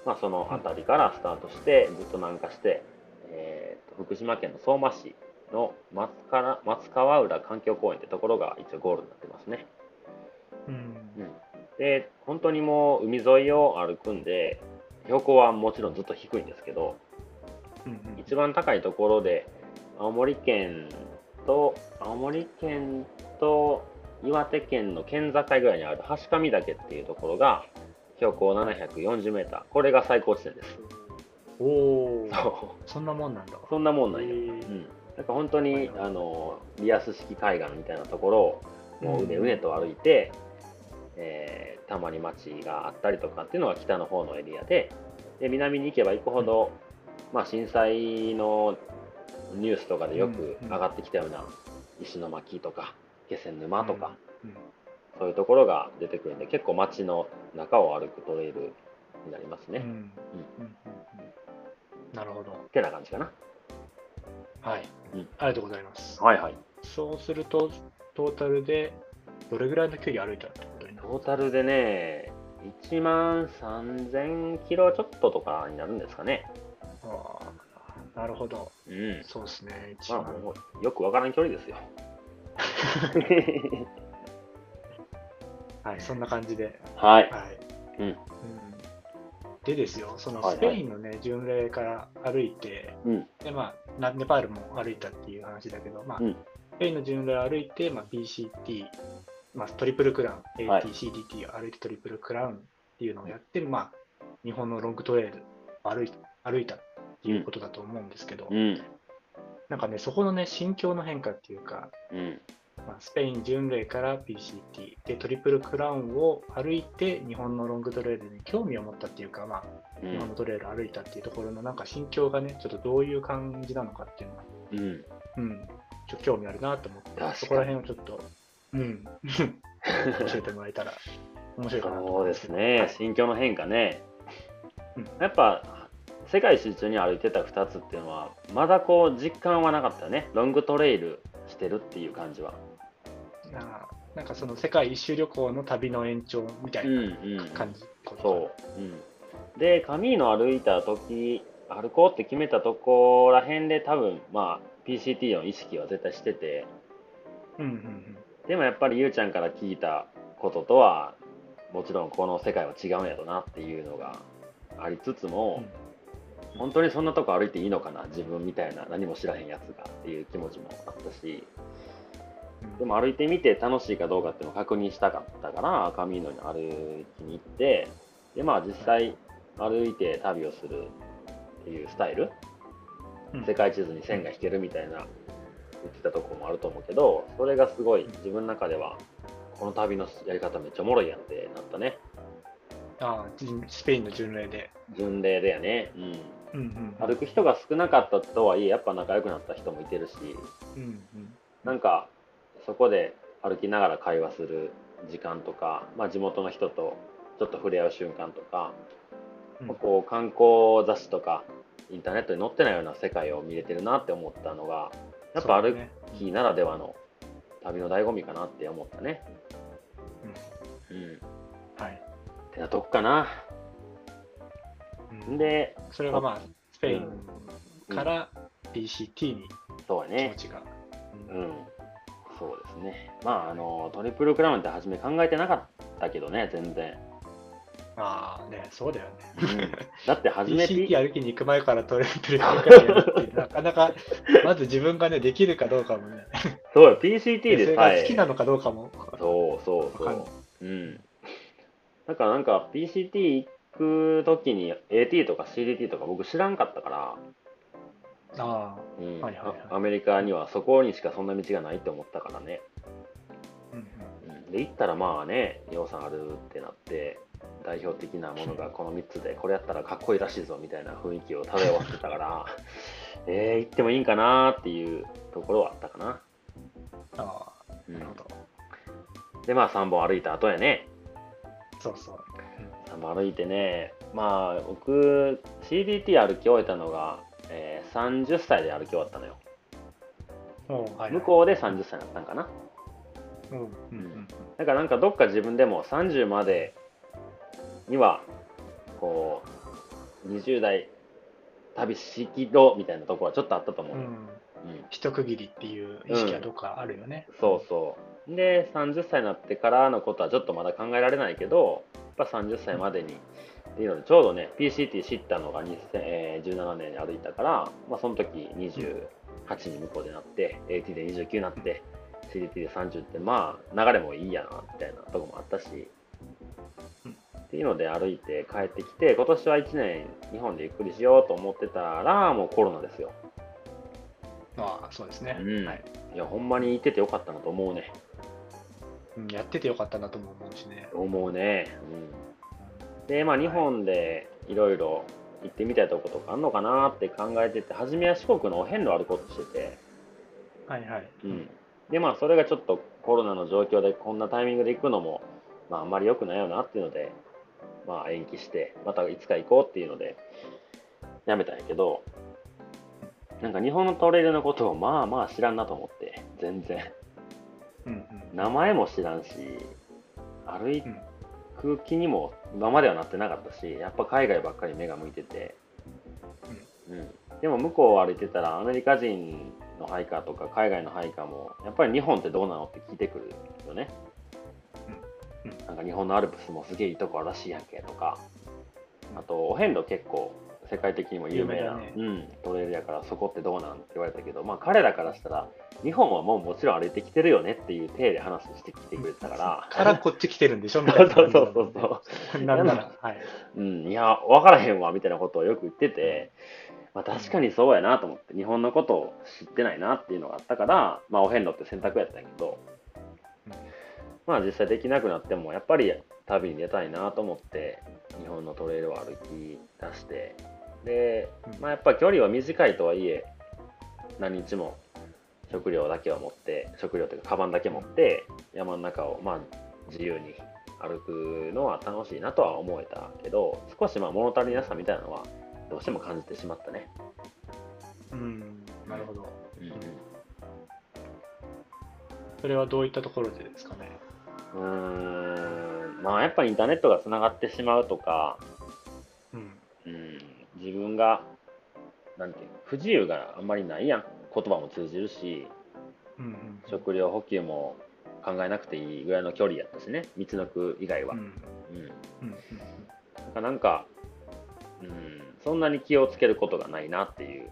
まあ、その辺りからスタートしてずっと南下して、えーっと福島県の相馬市の松から松川浦環境公園ってところが一応ゴールになってますね。
うん。
で本当にもう海沿いを歩くんで標高はもちろんずっと低いんですけど
うん
一番高いところで青森県と青森県と岩手県の県境ぐらいにある橋上岳っていうところが標高740メーターこれが最高地点です
うん。おお。
そ
そんなもんなんだ。
うそんなもんなんよ、
へ
う
ー
ん、なんか本当にあのリアス式海岸みたいなところをもううねうねと歩いて、えーたまに町があったりとかっていうのが北の方のエリアでで南に行けば行くほど、まあ、震災のニュースとかでよく
うん
上がってきたような石巻とか気仙沼とか、
うん。
そういうところが出てくるんで結構町の中を歩くトレイルになりますね、
うん。う
っ
んうんうんなるほど。
てな感じかな
はい
うん。
ありがとうございます。
はいはい
そうすると、トータルでどれぐらいの距離歩いたってことになる
トータルでね1万3000キロちょっととかになるんですかね
あーなるほど。
うん
そうですね。一
まあ、
番。
もうよくわからん距離ですよ。
はい。そんな感じで。
はい。
はい。
うん
でですよ、その
はいはい
スペインのね、巡礼から歩いて、
うん。
でまあ、なネパールも歩いたっていう話だけど、まあ
うん
スペインの巡礼を歩いて、まあ、BCT、まあ、トリプルクラウン、
はい
ATCDT を歩いてトリプルクラウンっていうのをやって、まあ、日本のロングトレイルを歩い歩いたっていうことだと思うんですけど、
うん。
なんかね、そこのね、心境の変化っていうか、
うん。
まあ、スペイン巡礼から PCT でトリプルクラウンを歩いて日本のロングトレイルに興味を持ったっていうか、まあ、
う
日本
ん
のトレイルを歩いたっていうところのなんか心境がねちょっとどういう感じなのかっていうのが、
うん。
うん、ちょっと興味あるなと思っ
確かに
てそこら辺をちょっと、うん、教えてもらえたら面白いかなと
そ
思
う
い
で
ます
す
けど
ね。心境の変化ね
うん。
やっぱ、世界一周に歩いてた2つっていうのは、まだこう、実感はなかったよね。ロングトレイルしてるっていう感じは。
あーなんかその世界一周旅行の旅の延長みたいな
うん
感じ、
そう、うん、でカミーノ歩いた時歩こうって決めたとこら辺で多分まあ PCT の意識は絶対してて
う、うんうん
でもやっぱりゆうちゃんから聞いたこととはもちろんこの世界は違うんやろなっていうのがありつつも、本当にそんなとこ歩いていいのかな自分みたいな何も知らへんやつがっていう気持ちもあったし
うん、
でも歩いてみて楽しいかどうかっていうのを確認したかったからカミーノに歩きに行ってでまあ実際歩いて旅をするっていうスタイル
うん
世界地図に線が引けるみたいな言ってたとこもあると思うけどそれがすごい自分の中ではこの旅のやり方めっちゃおもろいやんってなったね
あーじんスペインの巡礼で、
巡礼だよね、うん、
うんうん、
歩く人が少なかったとはいえやっぱ仲良くなった人もいてるし
うんうん
なんかそこで歩きながら会話する時間とか、まあ、地元の人とちょっと触れ合う瞬間とか、
うん
まあこう観光雑誌とかインターネットに載ってないような世界を見れてるなって思ったのがやっぱ
そう
歩
だね
きならではの旅の醍醐味かなって思ったね。うん、っ
はい、
てなとこかな。
うん
で
それがまあスペインから BCT に
そうや
気持
ね、
ちが、
う
うん
ん、そうですねまああのトリプルクラウンって初め考えてなかったけどね全然。
ああねそうだよね
だって初め
BCT
て
歩きに行く前からトレンドリーからやるっていうなかな かまず自分がねできるかどうかもね
そうよ PCT
そ
で
れ
さ
が
え
好きなのかどうかも
そうそう
わかんない
そううんだからなんか PCT 行く時に AT とか CDT とか僕知らんかったから、
ああ
うん
はいはいはい
あアメリカにはそこにしかそんな道がないって思ったからね、
うん
うん、で行ったらまあね洋さんあるってなって代表的な ものがこの3つでこれやったらかっこいいらしいぞみたいな雰囲気を漂わせてたから えー、行ってもいいんかなっていうところはあったかな、
ああ
う
なる
ん
ほど
でまあ3本歩いた後やね
そうそう。
歩いてね、まあ、僕、CDT 歩き終えたのが、えー30歳で歩き終わったのよ。
もう、はい、
向こうで30歳になったんかな。
う。うんうん
だからなんかどっか自分でも30までにはこう20代旅しきろうみたいなとこはちょっとあったと思
う
う、
ん。う
うん
ん。一区切りっていう意識はどっかあるよね。
そうそうで30歳になってからのことはちょっとまだ考えられないけどやっぱ30歳までにっていうのでちょうどね PCT 知ったのが2017年に歩いたから、まあ、その時28に向こうでなって AT で29になって CDT で30ってまあ流れもいいやなみたいなとこもあったし
うん
っていうので歩いて帰ってきて今年は1年日本でゆっくりしようと思ってたらもうコロナですよ
まあ、そうですね。
うん
はい
いやほんまに行っててよかったなと思うね
うんやっててよかったなとも思うしね。
思うね、うん、でまあ日本でいろいろ行ってみたいとことかあんのかなって考えてて初めは四国のお遍路歩こうとしてて、
はいはい。
うん、でまあそれがちょっとコロナの状況でこんなタイミングで行くのも、まあ、あんまり良くないよなっていうのでまあ延期してまたいつか行こうっていうのでやめたんやけどなんか日本のトレイルのことをまあまあ知らんなと思って全然
うんうん。
名前も知らんし歩い
うん
空気にも今まではなってなかったしやっぱ海外ばっかり目が向いてて、うんでも向こうを歩いてたらアメリカ人のハイカーとか海外のハイカーもやっぱり日本ってどうなのって聞いてくるよね、
うんう
なんか日本のアルプスもすげえいいとこあるらしいやんけとかあとお遍路結構世界的にも有名な、
有名だね
うん、トレイルやからそこってどうなんって言われたけど、まあ、彼らからしたら日本はもうもちろん歩いてきてるよねっていう体で話してきてくれてたから
からこっち来てるんでしょみた
そ
いうな感
そう
じだも
そ
ね
うんそうそ
なんなら、はい。
う、うん、いや分からへんわみたいなことをよく言ってて、まあ、確かにそうやなと思って日本のことを知ってないなっていうのがあったから、まあ、お遍路って選択やったんやけど
うん、
まあ、実際できなくなってもやっぱり旅に出たいなと思って日本のトレイルを歩き出してで、まあ、やっぱ距離は短いとはいえ何日も食料だけを持って食料というかカバンだけ持って山の中をまあ自由に歩くのは楽しいなとは思えたけど少しまあ物足りなさみたいなのはどうしても感じてしまったね、
うん。なるほど。それはどういったところでですかね。
うーんまあやっぱインターネットがつながってしまうとか、
うん。
うん、自分がなんていう不自由があんまりないやん言葉も通じるし
うんうん。
食料補給も考えなくていいぐらいの距離やったしね道のく以外は、
う
うんん
うん
だからなんか、うん、そんなに気をつけることがないなっていう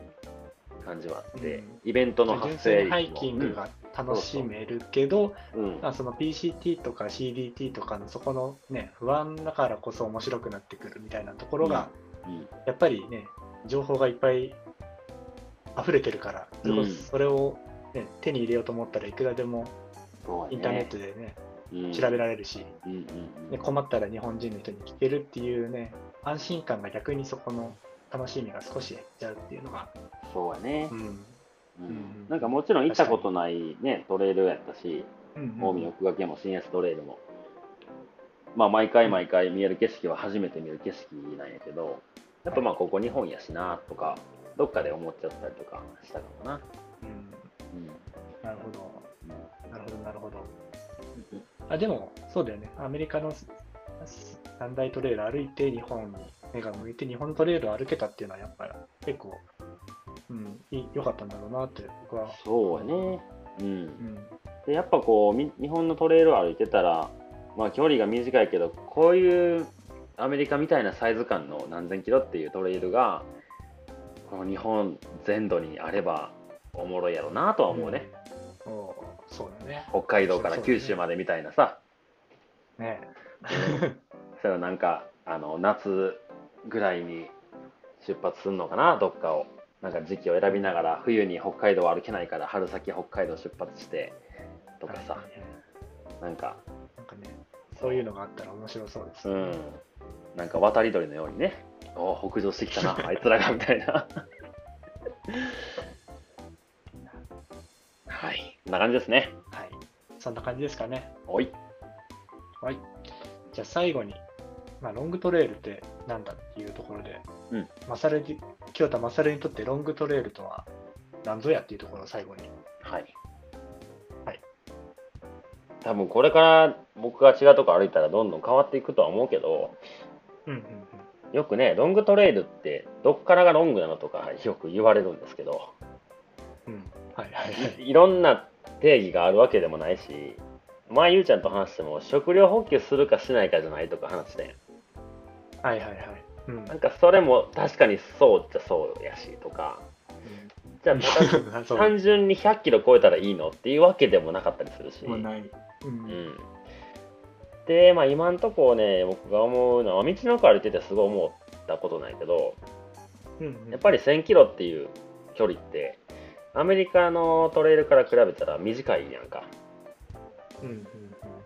感じはあって、
うん
イベント
う
の
ん。純
発
粋
生
にハイキングが楽しめるけど、
うんうん
まあその PCT とか CDT とかのそこのね、不安だからこそ面白くなってくるみたいなところが、
うん
やっぱりね、情報がいっぱい溢れてるから、それこそ
うん
それを、ね、手に入れようと思ったらいくらでも
そう
イ
や
ンターネッ
ね
トでね、
うん
調べられるし、
うんうんうん
ね、困ったら日本人の人に聞けるっていうね、安心感が逆にそこの楽しみが少し減っちゃうっていうのが、
そうやね
う、ん。
うん
うん
なんかもちろん行ったことない、ね、トレイルやったし
うん
近江の奥掛も新越トレイルも、まあ、毎回毎回見える景色は初めて見る景色なんやけどやっぱまあここ日本やしなとかどっかで思っちゃったりとかしたかもな、
うん
うん
なるほど。なるほど、なるほど。あ、でも、そうだよね。アメリカのす三大トレイル歩いて、日本に目が向いて、日本のトレイルを歩けたっていうのは、やっぱり結構、うん、いい良かったんだろうなって、僕は。
そうやね、う、
うんん。
でやっぱこうみ日本のトレイルを歩いてたら、まあ、距離が短いけどこういうアメリカみたいなサイズ感の何千キロっていうトレイルがこの日本全土にあればおもろいやろなとは思うね、
うん。おうそうだね。
北海道から九州までみたいなさ、
ね
それをなんかあの夏ぐらいに出発するのかなどっかをなんか時期を選びながら冬に北海道は歩けないから春先北海道出発してとかさ
はい
なんか
なんかね、そういうのがあったら面白そうです
う
ね。
んなんか渡り鳥のようにねおー北上してき たなあいつらがみたいなはいこんな感じですね
はい。そんな感じですかね。
おい
はい。じゃあ最後に、まあ、ロングトレイルってなんだっていうところで、
うん
マサルに清田勝にとってロングトレイルとは何ぞやっていうところを最後に。
はい。
はい。
多分これから僕が違うとこ歩いたらどんどん変わっていくとは思うけど、
うんうん
よくね、ロングトレイルってどっからがロングなのとかよく言われるんですけど、
うん。うん、はいはいはい。
いろんな定義があるわけでもないし、前ゆうちゃんと話しても食料補給するかしないかじゃないとか話してん
はいはいはい。うん
なんかそれも確かにそうっちゃそうやしとか、じゃあま た
うんそう
単純に100キロ超えたらいいのっていうわけでもなかったりするし、
もうない。う。
うんん、で、まあ、今んとこね僕が思うのは道の駅歩いててすごい思ったことないけど
うん
やっぱり1 0 0 0キロっていう距離ってアメリカのトレイルから比べたら短いやんか、
うんうん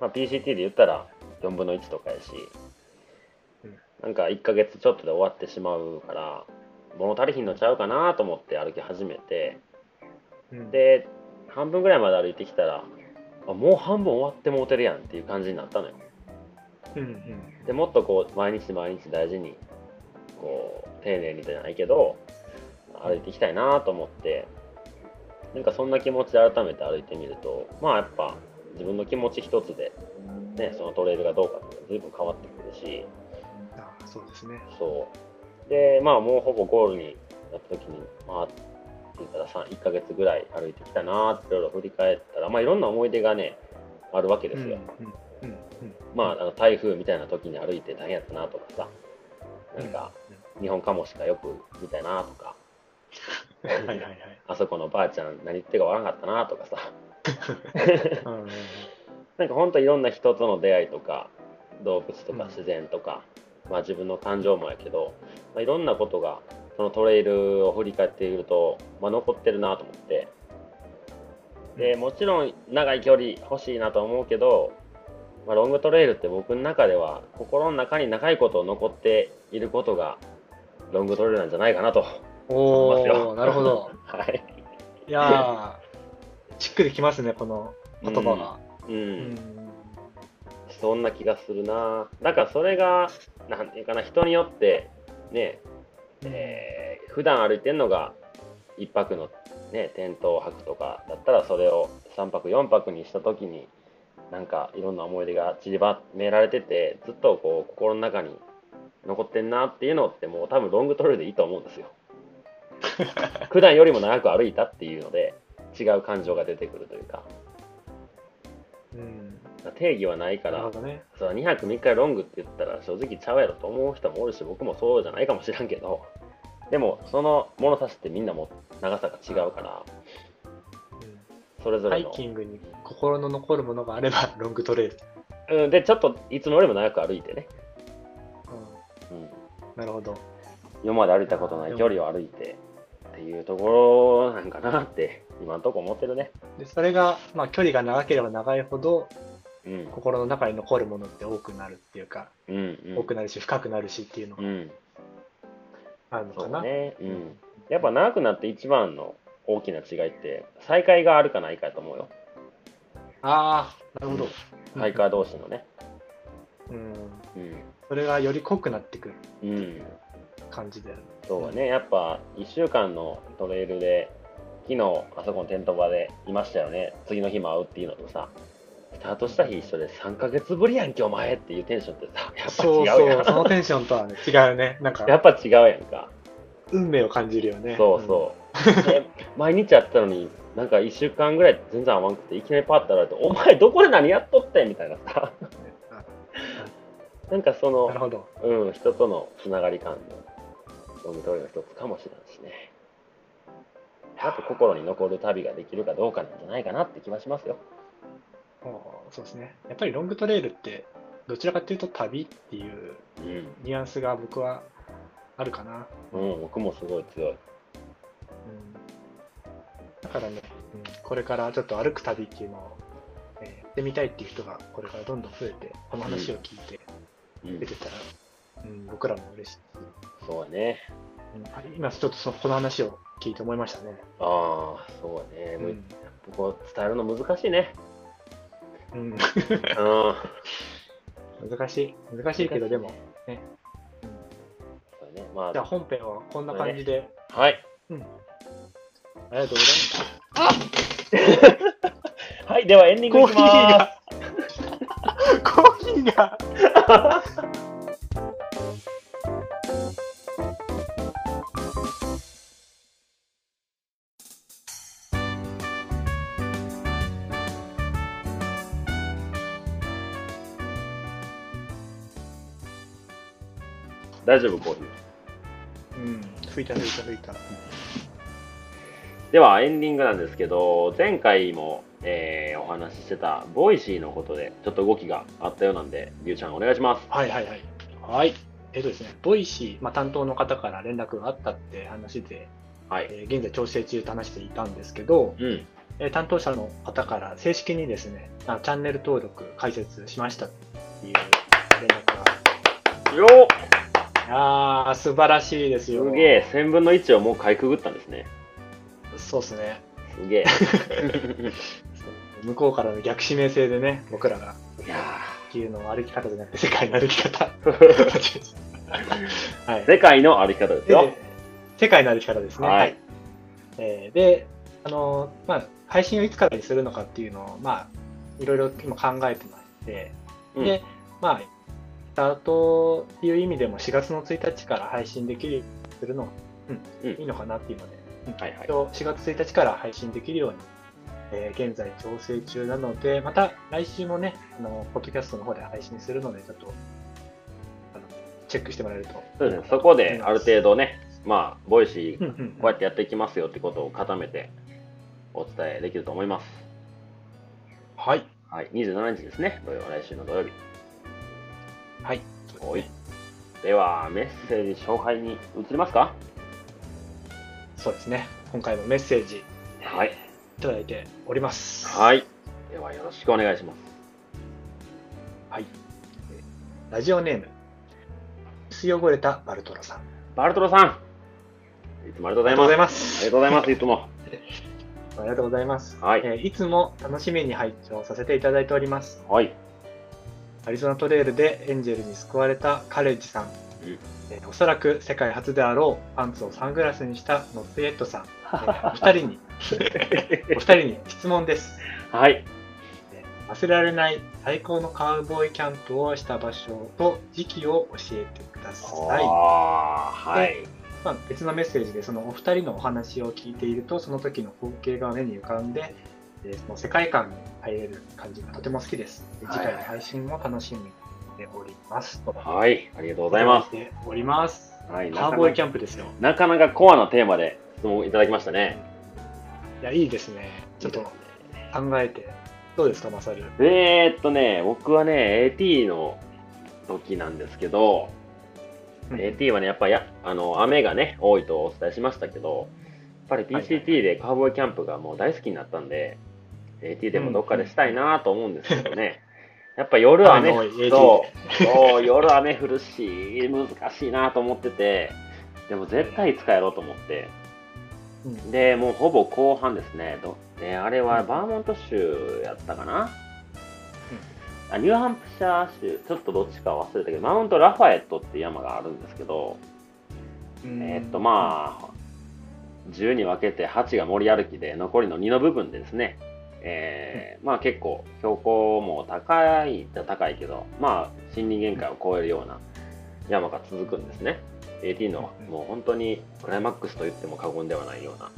まあ、PCT で言ったら4分の1とかやし
うん
なんか1ヶ月ちょっとで終わってしまうから物足りひんのちゃうかなと思って歩き始めて
うんうん。
で半分ぐらいまで歩いてきたらあもう半分終わってもうてるやんっていう感じになったのよ
うんうん。
でもっとこう毎日毎日大事にこう丁寧にじゃないけど歩いていきたいなと思ってなんかそんな気持ちで改めて歩いてみるとまあやっぱ自分の気持ち一つで、ね、そのトレイルがどうかって随分変わってくるし
ああ、そうですね。
そうでまあもうほぼゴールになった時に回っていたらさ1ヶ月ぐらい歩いてきたなっていろいろ振り返ったらまあいろんな思い出がねあるわけですよ、
うんうんうん うん。
まああの台風みたいな時に歩いて大変やったなとかさなんか、日本カモシカよく見たなとか、
うん。はいはいはい。
あそこのばあちゃん何言ってるかわからなかったなとかさ、
うん うんうん
なんかほんといろんな人との出会いとか、動物と
う
か
ん
自然とか、まあ自分の感情もやけど、まあ、いろんなことが、そのトレイルを振り返っていると、まあ、残ってるなと思って、でもちろん長い距離欲しいなと思うけど、まあ、ロングトレイルって僕の中では心の中に長いことを残っていることがロングトレイルなんじゃないかなと。思います
お
よ
お、なるほど。
はい。
いやー、しっくりきますね、この言葉が。
う。
うんん。
そんな気がするな。だからそれが、なんていうかな、人によって、ね、えー普段歩いてるのが、1泊の、ね、テント泊とかだったら、それを3泊、4泊にしたときに、なんかいろんな思い出が散りばめられてて、ずっとこう心の中に残ってんなっていうのって、もう多分ロングトレイルでいいと思うんですよ。普段よりも長く歩いたっていうので、違う感情が出てくるというか、
うん。
定義はないか
なる
ら
ほ、どね。
その2泊3日ロングって言ったら正直ちゃうやろと思う人もおるし僕もそうじゃないかもしらんけどでもその物差しってみんなも長さが違うからそれ
う
ぞ
んハ
れ
イ
の、
キングに心の残るものがあれば、 ロングトレイル。
うん、でちょっといつもよりも長く歩いてね、
う
うん、
んなるほど。
今まで歩いたことない距離を歩いてっていうところなんかなって今のとこ思ってるね
でそれが、まあ、距離が長ければ長いほど、
うん
心の中に残るものって多くなるっていうか、
うんうん
多くなるし、深くなるしっていうの
う
が
ん
あるの
そ
か
う
な。
だねうんやっぱ長くなって一番の大きな違いって再会があるかないかやと思うよ
ああ、なるほど。
ハイカー同士のね
うん。
うん
それがより濃くなってくる
うん
感じだよね。
そうだね、やっぱ1週間のトレイルで、昨日あそこのテント場でいましたよね、次の日も会うっていうのとさ、スタートした日一緒で3ヶ月ぶりやんけ、お前っていうテンションってさ、やっぱ
そう
違うや
そう、
ん。
そのテンションとはね、違うね。なんか、
やっぱ違うやんか。
運命を感じるよね。
そうそう。で毎日会ってたのに、なんか1週間ぐらい全然会わんくて、いきなりパッと現れて、お前どこで何やっとってんみたいなさ、なんかそ
うんなる
の、
ほど。
うん、人とのつながり感の、ロングトレイルの一つかもしれないしね。あと心に残る旅ができるかどうかなんじゃないかなって気はしますよ。
もうそうですね。やっぱりロングトレイルって、どちらかというと旅っていう
うん、
ニュアンスが僕はあるかな。
うん、僕もすごい強い。
うんだからね、うんこれからちょっと歩く旅っていうのを、えーやってみたいっていう人がこれからどんどん増えて、この話を聞いて
うん
出てたら、うん、僕らも嬉しい。
そうやね。
うんあ今ちょっとそこの話を聞いて思いましたね。
ああ、そうやね。
う
む
ん
ここ伝えるの難しいね。
うん
うん。
難しい。難しいけど、でも。
これねま
じゃあ本編はこんな感じで。
あ、はい。
ありがとうございます。
はい、ではエンディングいきま
コーヒー
ーす。
が。コーヒーが。
大丈夫、コーヒー。
うん。吹いた吹いた吹いた。
ではエンディングなんですけど前回も、えーお話ししてたボイシーのことでちょっと動きがあったようなんでりゅうちゃんお願いします
はいはいはい。はい。えっとですね、ボイシー、まあ、担当の方から連絡があったって話で、
はい
えー現在調整中と話していたんですけど、
うん
えー担当者の方から正式にですね、あチャンネル登録開設しましたっていう連絡が。
よ
あー、素晴らしいですよ。
すげえ1000分の1をもうかいくぐったんですね
そうですね。
す げえ
そう向こうからの逆指名制でね、僕らが
いや
地球の歩き方じゃなくて世界の歩き方。
ー
はい。
世界の歩き方ですよ
で世界の歩き方ですね。
はい
えーで、あのーまあ、配信をいつからにするのかっていうのを、まあ、いろいろ今考えてまして、
うん
で、まあ、スタートっていう意味でも4月の1日から配信できるようにするのが、うん
うん
いいのかなっていうので、うん
はいは
今
い
日4月1日から配信できるように、えー現在調整中なので、また来週もね、あのポッドキャストの方で配信するので、ちょっと、あのチェックしてもらえると。
そうですねそこである程度ねまあボイシー
うんうん
こうやってやっていきますよってことを固めてお伝えできると思います
はい。
はい27日ですね土曜来週の土曜日
はい。
はい。では、メッセージ紹介に移りますか
そうですね。今回もメッセージい
はい。
ただいております。い。
はい。では、よろしくお願いします。
はい。ラジオネーム、薄汚れたバルトロさん。あ
バルトロさん、いつもありがとうございます。あ
ます
りがとうございます、いつも。
ありがとうございます。
はい
えーいつも楽しみに拝聴させていただいております。
はい。
アリゾナトレイルでエンジェルに救われたカレッジさん。えーおそらく世界初であろうパンツをサングラスにしたノットイエットさん。えーお二人 に、お二人に質問です。
はい。
えー忘れられない最高のカウボーイキャンプをした場所と時期を教えてください。
あーはい。
まあ、別のメッセージでそのお二人のお話を聞いているとその時の光景が目に浮かんで、えーその世界観に入れる感じがとても好きです。で
はい
次回の配信も楽しみにしておりますと。
はい。ありがとうございま
しております。
す。はい。
カ
な
ー
か
ボーイ
な
キ
か
ャンプですよ。
なかなかコアなテーマで質問いただきましたね。
いや、いいですね。ちょっと考えて。どうですか、マサル。
えー、っとね、僕はね、AT の時なんですけ
う
ど、
ん
AT はね、やっぱやあの雨がね、多いとお伝えしましたけど、やっぱり
はいはい
PCT でカウボーイキャンプがもう大好きになったんで、AT でもどっかでしたいなと思うんですけど ね、やっぱ夜はね
あの、AT で
そうそう夜雨降るし、難しいなと思ってて、でも絶対いつかやろうと思って、
うん
で、もうほぼ後半ですね。どえーあれはバーモント州やったかな、あニューハンプシャー州、ちょっとどっちか忘れたけど、マウント・ラファエットっていう山があるんですけど、えーっと、まあ、10に分けて8が森歩きで、残りの2の部分でですね、えーまあ結構標高も高いじゃ高いけど、まあ森林限界を超えるような山が続くんですね。AT の
うん
もう本当にクライマックスと言っても過言ではないような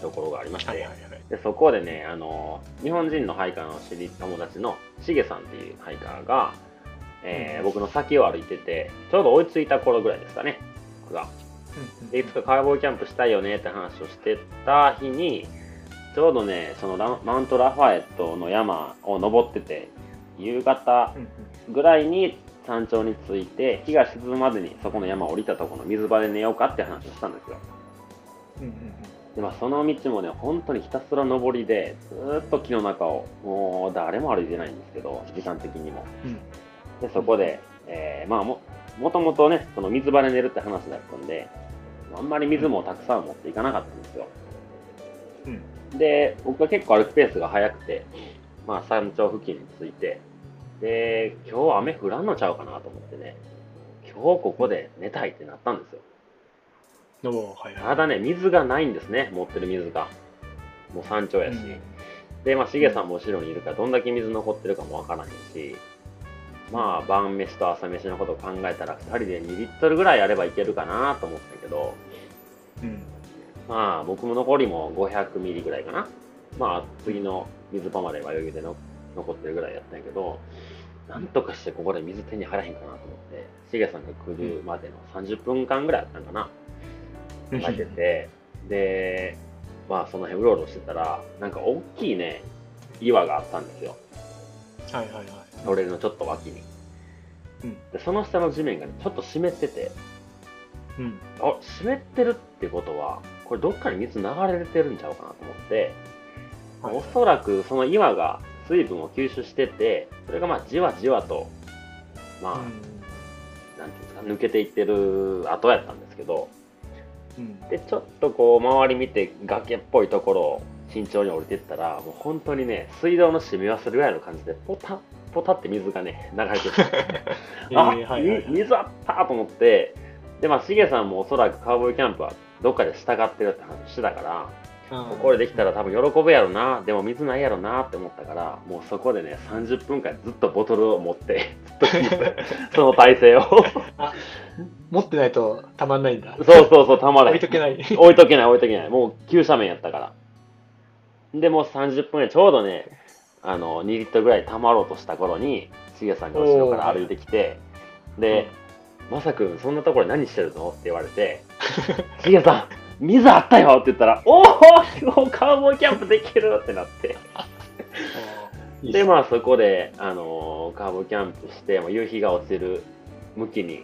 ところがありまし
あ、は
て、
いはいはい。
でそこでねあの日本人のハイカーの知り友達のしげさんっていうハイカーが、えー
うん
僕の先を歩いててちょうど追いついた頃ぐらいですかね僕がでいつかカーボーイキャンプしたいよねって話をしてた日にちょうどねそのラマウント・ラファエットの山を登ってて夕方
うんうん
ぐらいに山頂に着いて日が沈むまでにそこの山を降りたところの水場で寝ようかって話をしたんですよ
うんうんうん
でまあ、その道もね、本当にひたすら上りで、ずーっと木の中を、もう誰も歩いてないんですけど、時間的にも。
うん
で、そこで、えーまあも、もともとね、その水場で寝るって話だったんで、あんまり水もたくさん持っていかなかったんですよ。
うん
で、僕は結構歩くペースが速くて、まあ、山頂付近に着いて、で、今日雨降らんのちゃうかなと思ってね、今日ここで寝たいってなったんですよ。
おおはいはい。
ただね、水がないんですね、持ってる水が。もう山頂やし。
うん
で、まあ、しげさんも後ろにいるから、どんだけ水残ってるかもわからんし、まあ、晩飯と朝飯のことを考えたら、2人で2リットルぐらいあればいけるかなと思ったけど、
うん。
まあ、僕も残りも500ミリぐらいかな。まあ、次の水場までは余裕での残ってるぐらいやったんやけど、なんとかしてここで水手に入らへんかなと思って、しげさんが来るまでの30分間ぐらいあったんかな。投げて、で、まあその辺うろうろしてたら、なんか大きいね、岩があったんですよ。
はいはいはい。
トレイルのちょっと脇に。
うん
で、その下の地面がね、ちょっと湿ってて、
うん。
あ、湿ってるってことは、これどっかに水流れてるんちゃうかなと思って、
はい
おそらくその岩が水分を吸収してて、それがまあじわじわと、まあ、なんていうんですか、抜けていってる後やったんですけど、
うん。うん。
でちょっとこう周り見て崖っぽいところを慎重に降りていったらもう本当にね水道の染みはするぐらいの感じでポタポタって水がね流れてきて
えー
あ、
はいはいはい
み水あったと思ってでまあしげさんもおそらくカウボーイキャンプはどっかで従ってるって話してたか
う
ら、
ん
これできたら多分喜ぶやろなでも水ないやろなって思ったからもうそこでね30分間ずっとボトルを持って ずっとキープ その体勢を
持ってないとたまんないんだ。
そうそうそうたまらへ
置
ん
いと けない。
置いとけない置いとけないもう急斜面やったからでもう30分でちょうどねあの2リットルぐらい溜まろうとした頃にしげさんが後ろから歩いてきてで、まさくんそんなところで何してるの?」って言われて「しげさん水あったよ!」って言ったら「おおカウボーイキャンプできる!」ってなって
うん
で、まあそこで、あのーカーボキャンプして、もう夕日が落ちる向きに、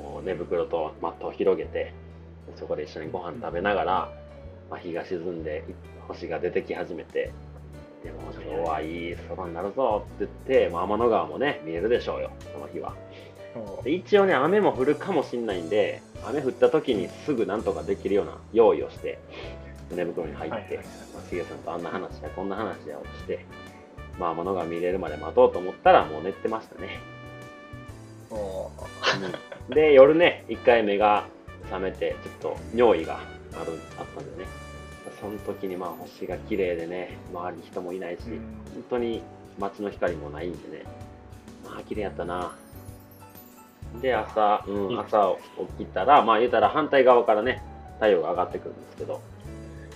もう寝袋とマットを広げて、そこで一緒にご飯食べながら、まあ、日が沈んで、星が出てき始めて、でも今日はいい空になるぞって言って、まあ、天の川もね、見えるでしょうよ、その日は。
お
で一応ね、雨も降るかもしんないんで、雨降った時にすぐなんとかできるような用意をして、寝袋に入って、
はいはいはい
まあ、杉谷さんとあんな話やこんな話やをして、まあ、物が見れるまで待とうと思ったら、もう寝てましたね。
お
で、夜ね、一回目が覚めて、ちょっと尿意があるあったんでね、その時にまあ星が綺麗でね、周りに人もいないし、
うん
本当に街の光もないんでね、まあ綺麗やったな。で、朝、う
いい
ん、
です
朝起きたら、まあ言うたら反対側からね、太陽が上がってくるんですけど、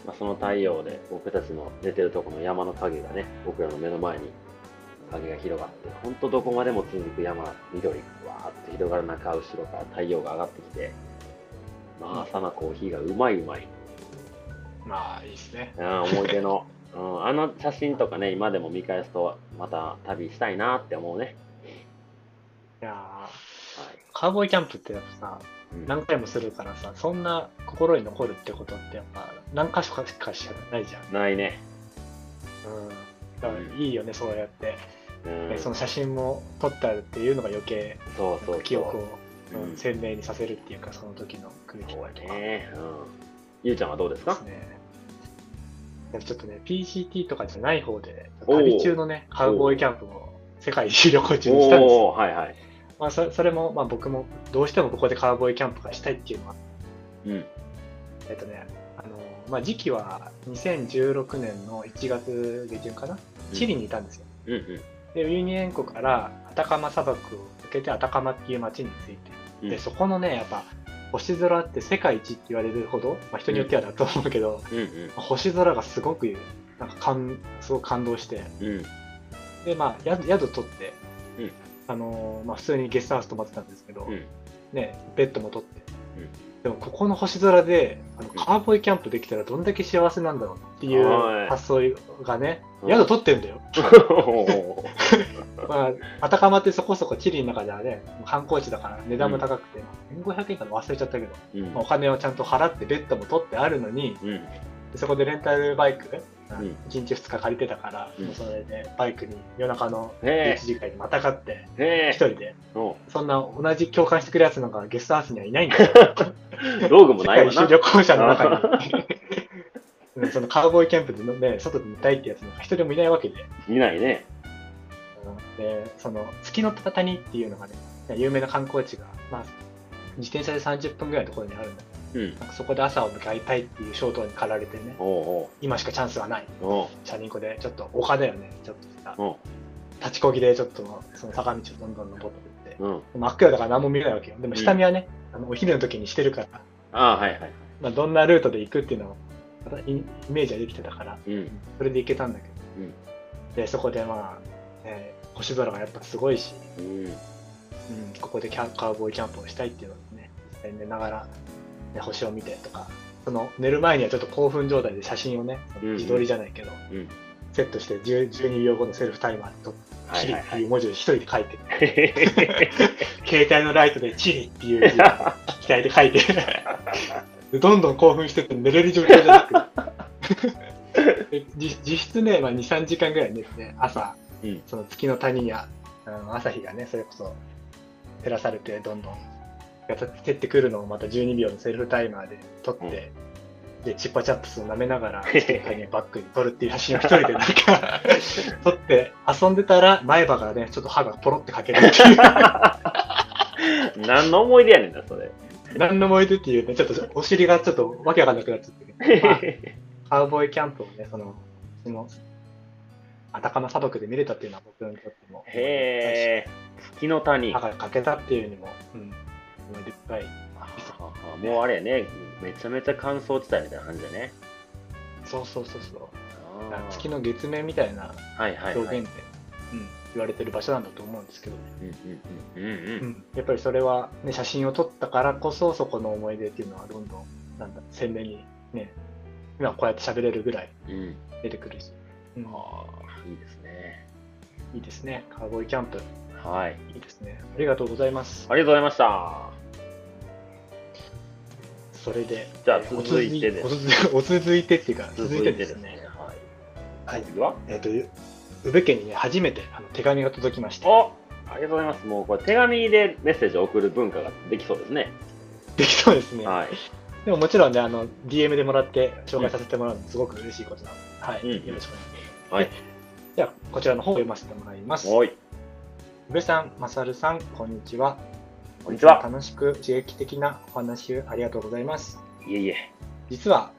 まあ、その太陽で僕たちの寝てるとこの山の影がね、僕らの目の前に影が広がって、本当どこまでも続く山、緑がわーっと広がる中、後ろから太陽が上がってきて、まあ朝のコーヒーがうまいうまい。
まあ、いいですね。
うん、思い出の、 うん、あの写真とかね今でも見返すとまた旅したいなって思うね、
いやー
はい
カウボーイキャンプってやっぱさ、
うん
何回もするからさ、そんな心に残るってことってやっぱ何箇所かしかしかないじゃん。
ないね、
うん。だからいいよね、そうやって。
うん、
そ
そう
の写真も撮ってあるっていうのが余計、
そう
なん
そ
か
う
記憶を
うん
うん鮮明にさせるっていうか、その時の空気と
そう
か
や。ね、うん、ゆうちゃんはどうで
で
すか
すね。でもちょっとね、PCT とかじゃない方で、
おー
旅中のね、カウボーイキャンプを世界一周旅行中にしたんですよ。
おおーはいはい、
まあ、そそれも、まあ、僕もどうしてもここでカウボーイキャンプがしたいっていうのは、
うん、
えっとね、あのまあ、時期は2016年の1月下旬かな、チリにいたんですよ。
うんうん
で、ウユニ塩湖からアタカマ砂漠を抜けてアタカマっていう町に着いて、
うん
でそこのねやっぱ星空って世界一って言われるほど、まあ、人によってはだと思うけど、
うんうん
星空がすごくなんか感すごく感動して
うん
でまあ宿宿取って、
うん
あのーまあ、普通にゲストハウス泊まってたんですけど、
うん
ね、ベッドも取って、
うん
でもここの星空であの
ん
カーボーイキャンプできたらどんだけ幸せなんだろうってい
は
う
い
発想がね、
うん
宿取ってんだよ、
おー
まあ、アタカマってそこそこチリの中ではね観光地だから値段も高くて、1500円かの忘れちゃったけど
うん
まあお金をちゃんと払ってベッドも取ってあるのに
うん
でそこでレンタルバイク、
ん
1日2日借りてたから、
うん
もうそれでバイクに夜中の
へ
1時間にまたがって
えへ
一
え
人でそんな同じ共感してくれるやつなんかゲストハウスにはいないんだよ
道具も
世
ない
界
わ
一周
な
旅行者の 中にうんそのカウボーイキャンプでのね外で寝たいってやつなんか一人もいないわけで
見ないね
でその月の谷っていうのがね有名な観光地が、まあ、自転車で30分ぐらいのところにあるんだけ
うん
ど。なんかそこで朝を迎えたいっていう衝動に駆られてね
おう
今しかチャンスはない
おうおう
チャリンコでちょっと丘だよねちょっとさ
おう
立ちこぎでちょっとその坂道をどんどん登っていって
うん。
真っ暗だから何も見えないわけよでも下見はね、あのお昼の時にしてるから、
ああ、はいはい。
まあ、どんなルートで行くっていうのをまたイイメージはできてたから
うん。
それで行けたんだけど、
うん
でそこでまあ、ね星空がやっぱすごいし、
うん。
うん、ここでキャンカーボーイキャンプをしたいっていうのをね実際に寝ながら、ね、星を見てとかその寝る前にはちょっと興奮状態で写真をね
うんうん
自撮りじゃないけど、
うん
セットして10 12秒後のセルフタイマーで撮って「
は
チ
い
リ」
は
って
いはいい。
う文字を一人で書いて、携帯のライトで「チリ」っていう字を機体で書いてでどんどん興奮してって寝れる状況じゃな くてでじ実質ね、まあ、23時間ぐらい寝てね朝
うん。
その月の谷やあの朝日がねそれこそ照らされてどんどん照ってくるのをまた12秒のセルフタイマーで撮って、でチッパチャップスを舐めなが ら月の谷をバックに撮るっていう写真を一人でなんか撮って遊んでたら前歯からねちょっと歯がポロってかけるっていう
何の思い出やねんな、それ。
何の燃えてっていうねちょっとお尻がちょっとわけわかんなくなっちゃって、まあカウボーイキャンプをね、その、その、アタカマ砂漠で見れたっていうのは僕にとっても、
へえ。月の谷。
歯
は
が欠けたっていうのも、うん、思い出深い。
ははもうあれやね、めちゃめちゃ乾燥地帯みたいな感じだね。
そうそうそうそう。
あー
月の月面みたいな
はいはい
表
はい。
現で、うん、言われてる場所なんだと思うんですけど、
うんうんうんうん
う
うん。
ん、やっぱりそれは、ね、写真を撮ったからこそ、そこの思い出っていうのはどんどん、なんだ、鮮明にね、今こうやって喋れるぐらい
うん、
出てくるし、うん、
ああ、いいですね。
いいですね。カウボーイキャンプ、
はい。
いいですね。ありがとうございます。
ありがとうございました。
それで、
じゃあ
えーお
続いてです
お続いお続いてっていうか、続いてですね。
はい。
はい。
次は
えっ、と、宇部家にね、初めてあの手紙が届きまして、
おありがとうございます。もうこれ手紙でメッセージを送る文化ができそうですね。
できそうですね。
はい。
でももちろんね、あの、DM でもらって紹介させてもらうのすごく嬉しいことなので、はい、
う
よ
ん
ろしくお願いします。
はい。
では、こちらの方を読ませてもらいます。
おい。
宇部さん、まさるさん、こんにちは。
こんにちは。
楽しく刺激的なお話をありがとうございます。
いえいえ。
実は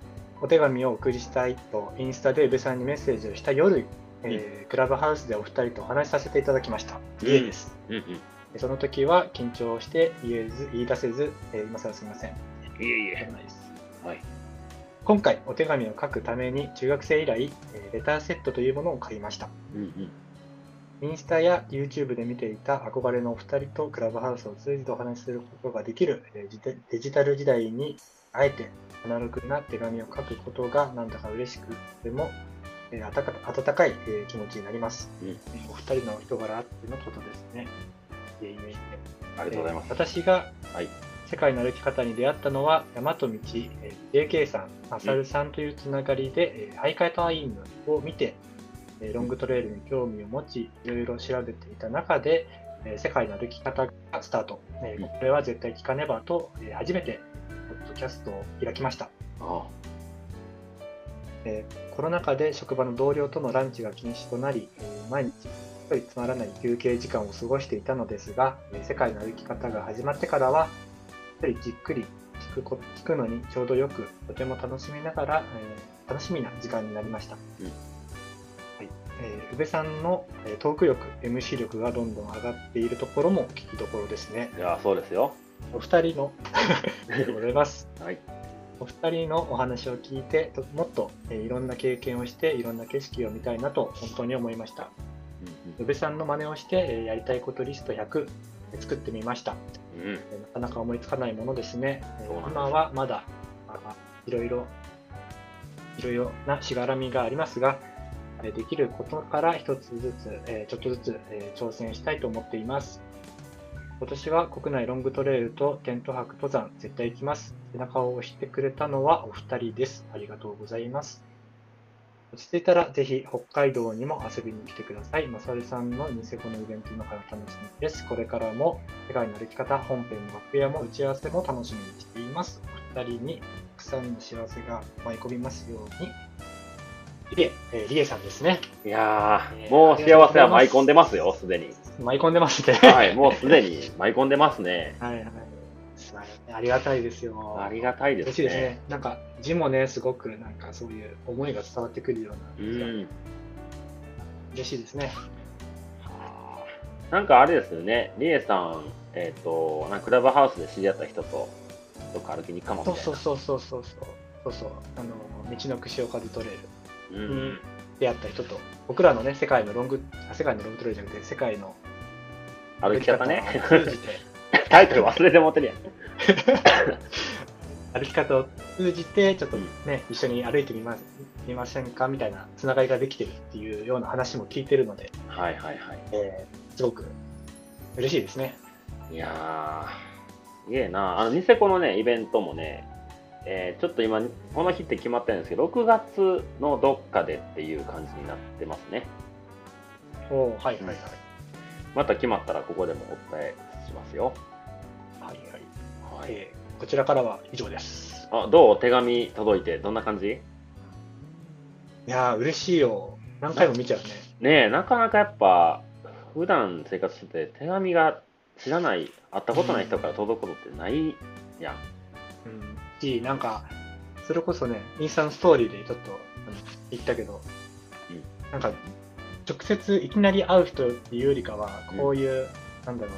お手紙をお送りしたいとインスタで宇部さんにメッセージをした夜、えークラブハウスでお二人とお話しさせていただきました、
うん
いいです
うんうん。い
でその時は緊張して言えず言い出せず、えー今更すみません
えい
とんで
え。
もないです
はい。
今回お手紙を書くために中学生以来、えーレターセットというものを買いました
うんうん。
インスタや YouTube で見ていた憧れのお二人とクラブハウスを通じてお話しすることができるえージテデジタル時代にあえてアナログな手紙を書くことがなんだか嬉しくでもえー温か温かいえー気持ちになります、
うん
えーお二人の人柄あってのことですね。いえいえいえ
ありがとうございます。
えー私が
はい
世界の歩き方に出会ったのは、大和道、えー JK さん、マサルさんというつながりで、えー、ハイカイ隊員を見て、えーロングトレイルに興味を持ち、いろいろ調べていた中で、えー世界の歩き方がスタート、えー
うん
これは絶対聞かねばと、えー初めてポッドキャストを開きました。
あ
えーコロナ禍で職場の同僚とのランチが禁止となり、えー毎日一人つまらない休憩時間を過ごしていたのですが、えー世界の歩き方が始まってからは、一人じっくり聞くこ聞くのにちょうどよく、とても楽しみながら、えー楽しみな時間になりました。
うん
はいえー宇部さんのえートーク力、MC 力がどんどん上がっているところも聞きどころですね。
あ。いや、そうですよ。
お二人の、ありがとうございます。
はい。
お二人のお話を聞いてともっと、えーいろんな経験をしていろんな景色を見たいなと本当に思いました
う
宇部さんの真似をして、えーやりたいことリスト100えー作ってみました、
んうん。うん。
えーなかなか思いつかないものですね、えー
そうなんです
今はまだあいろいろいろいろなしがらみがありますがえーできることから一つずつ、えーちょっとずつ、えー挑戦したいと思っています今年は国内ロングトレイルとテント泊登山絶対行きます。背中を押してくれたのはお二人です。ありがとうございます。落ち着いたらぜひ北海道にも遊びに来てください。まさるさんのニセコのイベントの方楽しみです。これからも世界の歩き方、本編の楽屋も打ち合わせも楽しみにしています。お二人にたくさんの幸せが舞い込みますように。リエ、えーリエさんですね。
いや
ね
ー、もう幸せは舞い込んでますよ、すでに。
舞い込んでますね。
はい、もうすでに舞い込んでますね。
はいはい。素晴らしいありがたいですよ。
ありがたいで
嬉し
す
い
ね。
ですね。なんか字もね、すごくなんかそういう思いが伝わってくるよ
う
うな、
ん。
嬉しいですね。
なんかあれですよね、リエさん、えっ、と、なんかクラブハウスで知り合った人と、どっか歩きに行くかもみた
そ
いうな。
そうそうそうそうそうそうそうあの道の串岡でトレイル
う
うんん。出会った人と僕らのね世界のロングあ世界のロングトレイルじゃなくて世界の
歩き方ね。
歩き方を通じて
タイトル忘れてもってるやん。
歩き方を通じてちょっとね、一緒に歩いてみまみませんかみたいなつながりができてるっていうような話も聞いてるので、
はいはいはい。
えーすごく嬉しいですね。
いやー、すげえな。あの、ニセコのね、イベントもね、えーちょっと今、この日って決まってるんですけど、6月のどっかでっていう感じになってますね。
おーはいはいはい。
また決まったらここでもお伝えしますよ。
はいはい
はい。
えーこちらからは以上です。
あ、どう手紙届いて、どんな感じ
いやー嬉しいよ。何回も見ちゃうね。
ねえ、なかなかやっぱ、普段生活してて、手紙が知らない、会ったことない人から届くことってないや
う
ん。
ん、し、なんか、それこそね、インスタのストーリーでちょっとあの言ったけど、
うん
なんか、直接いきなり会う人っていうよりかは、
うん
こういう、なんだろ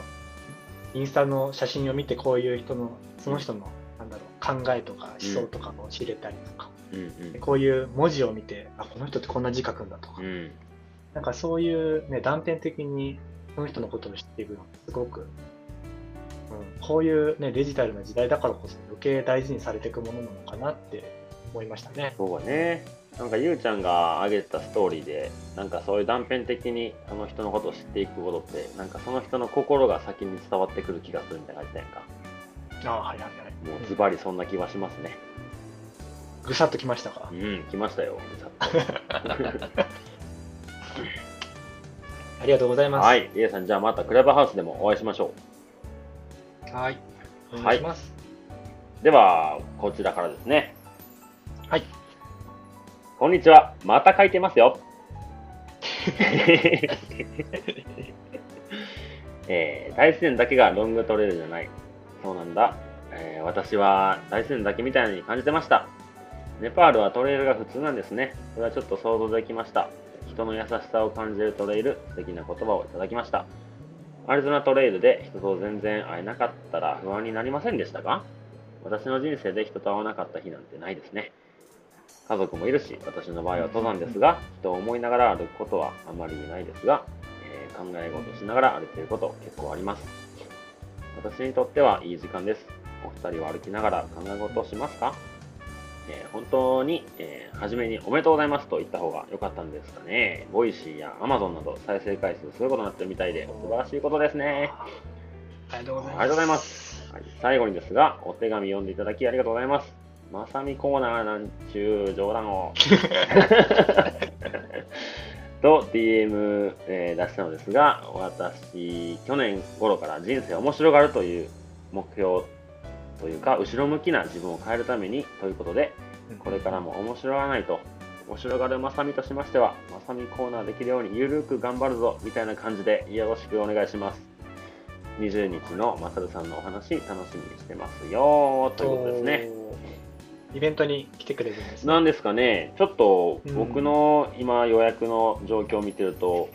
う、インスタの写真を見て、こういう人の、その人の、なんだろう、考えとか思想とかも知れたりとか、
うん
でこういう文字を見て、あ、この人ってこんな字書くんだとか、
うん。うん。
なんかそういうね、断片的にその人のことを知っていくのってすごく、うん、こういうね、デジタルな時代だからこそ余計大事にされていくものなのかなって思いましたね。
そうだね。なんかゆうちゃんが挙げたストーリーで、なんかそういう断片的にその人のことを知っていくことって、なんかその人の心が先に伝わってくる気がするみたいな感じだやんか。
ああ、はいはいはい。
もうズバリそんな気はしますね。
ぐさっときましたか
う。ん、来ましたよ。
ありがとうございます。
は。い、リエさん、じゃあまたクラブハウスでもお会いしましょ
はい。お願いします。
う。では、こちらからですね。
はい。
こんにちは。また書いてますよ。 えー大自然だけがロングトレイルじゃない。そうなんだ。えー私は大自然だけみたいに感じてました。ネパールはトレイルが普通なんですね。これはちょっと想像できました。人の優しさを感じるトレイル、素敵な言葉をいただきました。アリゾナトレイルで人と全然会えなかったら不安になりませんでしたか私の人生で人と会わなかった日なんてないですね。家族もいるし、私の場合は登山ですが、人を思いながら歩くことはあまりないですが、えー考え事しながら歩いていること結構あります。私にとってはいい時間です。お二人は歩きながら考え事をしますか、えー本当に、えー初めにおめでとうございますと言った方が良かったんですかね。ボイシーや Amazon など再生回数すごいことになってるみたいで、素晴らしいことですね。
ありがとうございます。
ありがとうございます。はい、最後にですが、お手紙読んでいただきありがとうございます。まさみコーナーなんちゅう冗談を。と DM、えー出したのですが、私、去年頃から人生面白がるという目標というか、後ろ向きな自分を変えるためにということで、これからも面白がらないと、面白がるまさみとしましては、まさみコーナーできるようにゆるく頑張るぞみたいな感じでよろしくお願いします。20日のまさるさんのお話楽しみにしてますよということですね。
おー。イベントに来てくれるんですね。
なんですかね、ちょっと僕の今予約の状況を見てると、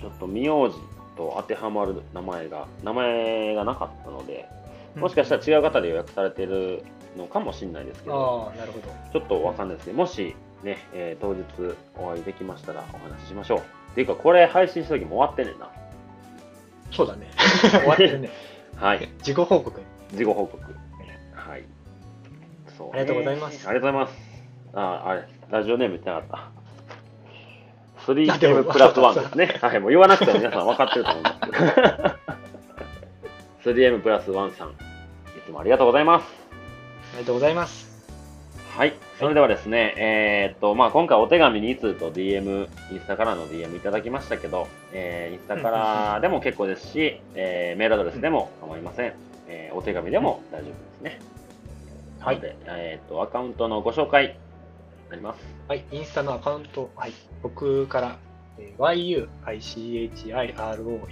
ちょっと名字と当てはまる名前が、名前がなかったので、もしかした
ら。
ら違う方で予約されてるのかもしれないですけど、
ああ、なるほど。
ちょっとわかんないですけど、もしね、えー当日お会いできましたらお話ししましょう。っていうか、これ配信した時もう終わってんねんな。
そうだね。 終わってるね。
はい。
自己報告。
事後報告。はい。そうね
ありがとうございます
ありがとうございます。あ、あれ、ラジオネーム言ってなかった。
いやでも
3M プラス1ですね。はい、もう言わなくても皆さん分かってると思いますけど。3M プラス1さん、いつもありがとうございます。
ありがとうございます。
はい、それではですね、えーっと、まあ、今回お手紙2通と DM、インスタからの DM いただきましたけど、えーインスタからでも結構ですし、えーメールアドレスでも構いません。えーお手紙でも大丈夫ですね。
はい
なのでえーっと、アカウントのご紹介、なります。
はい、インスタのアカウント、はい、僕から、えー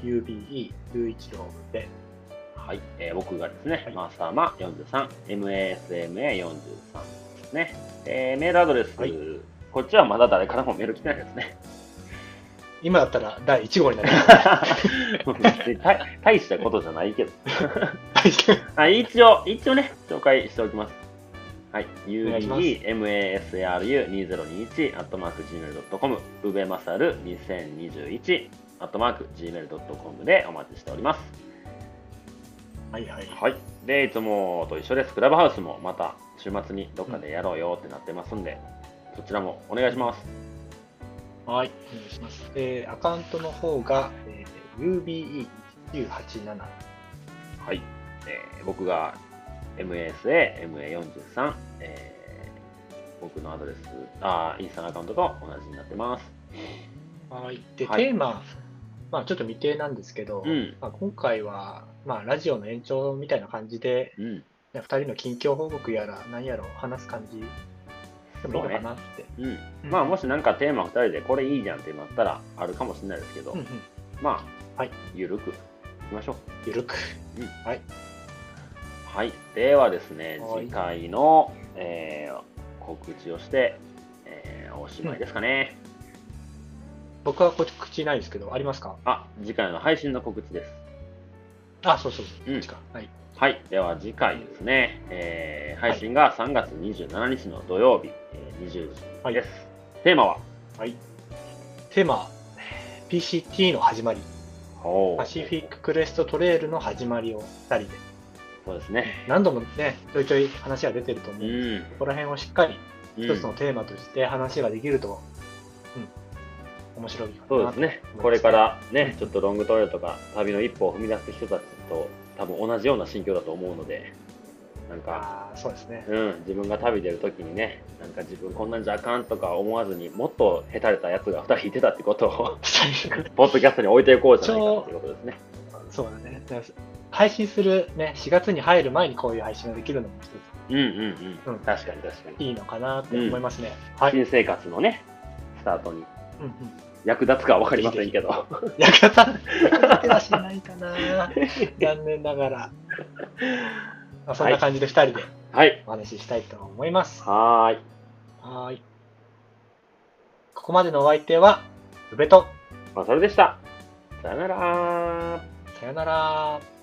yuichiroube11 をで、
はい、えー僕がですね、
はい
マーサーマ43、MASMA43 ですね。えーメールアドレス、
はい
こっちはまだ誰からもメール来てないです ね。
今だったら第1号になり
た大したことじゃないけど。
ます。
あ一応、一応ね、紹介しておきます。はい、
願いします
UBEMASRU2021、アットマーク Gmail.com、ウベマサル2021、アットマーク Gmail.com でお待ちしております。
はいはい。
はい、でいつもと一緒です、クラブハウスもまた週末にどっかでやろうよってなってますんで、そちらもお願いします。
はい、お願いします。えーアカウントの方が、えー UBE987。
はい、えー僕が MASA、MA43、えー僕のアドレス、あーインスタのアカウントと同じになってます。
はい。で、
はい
テーマ、まあちょっと未定なんですけど、
うん、
まあ、今回は、まあラジオの延長みたいな感じで、
うん、
2人の近況報告やら何やらを話す感じでもいいのかなって。
うん。
うん
まあ、もしなんかテーマ2人でこれいいじゃんってなったらあるかもしれないですけど、
うんうん
まあ、
はい
ゆるくいきましょう。
ゆるく。
はい、ではですね、
はい
次回の、えー告知をして、えーおしまいですかね。
僕はこっち口ないですけど、ありますか
あ、次回の配信の告知です。
あ、そうそうそう、
うん
こっちか。はい。
はい、では次回ですね、えー配信が3月27日の土曜日、えー20
は
時
い
です。テーマは、
はい、テーマ、PCT の始まり、
おー
パシフィッククレストトレイルの始まりを2人で、
そうですね。
何度もね、ちょいちょい話が出てると思う
う
で
ん
すけど、
ん。
ここら辺をしっかり
うん
一つのテーマとして話ができると、うん、面白いかなと
そうですね、これからね、ちょっとロングトレイルとか、旅の一歩を踏み出す人たちと、多分同じような心境だと思うので、なんか、
あーそうですね。
うん、自分が旅出るときにね、なんか自分こんなんじゃあかんとか思わずにもっとへたれたやつが2人いてたってことを、ポッドキャストに置いていこうじゃないかっていうことですね。
そうだね。だから配信するね、4月に入る前にこういう配信ができるのも一
うんうんうん、
うん
確かに確かに
つ。いいのかなって思いますね。はい。うん
新生活のね、スタートに
うん
役立つかは分かりませんけど、
やかた、手出しないかな。 残念ながら。まあ、そんな感じで2人で
はい、
お話ししたいと思います。
はーい、
はーい。ここまでのお相手は、宇部と、
まあ、それでした。さよなら
さよなら。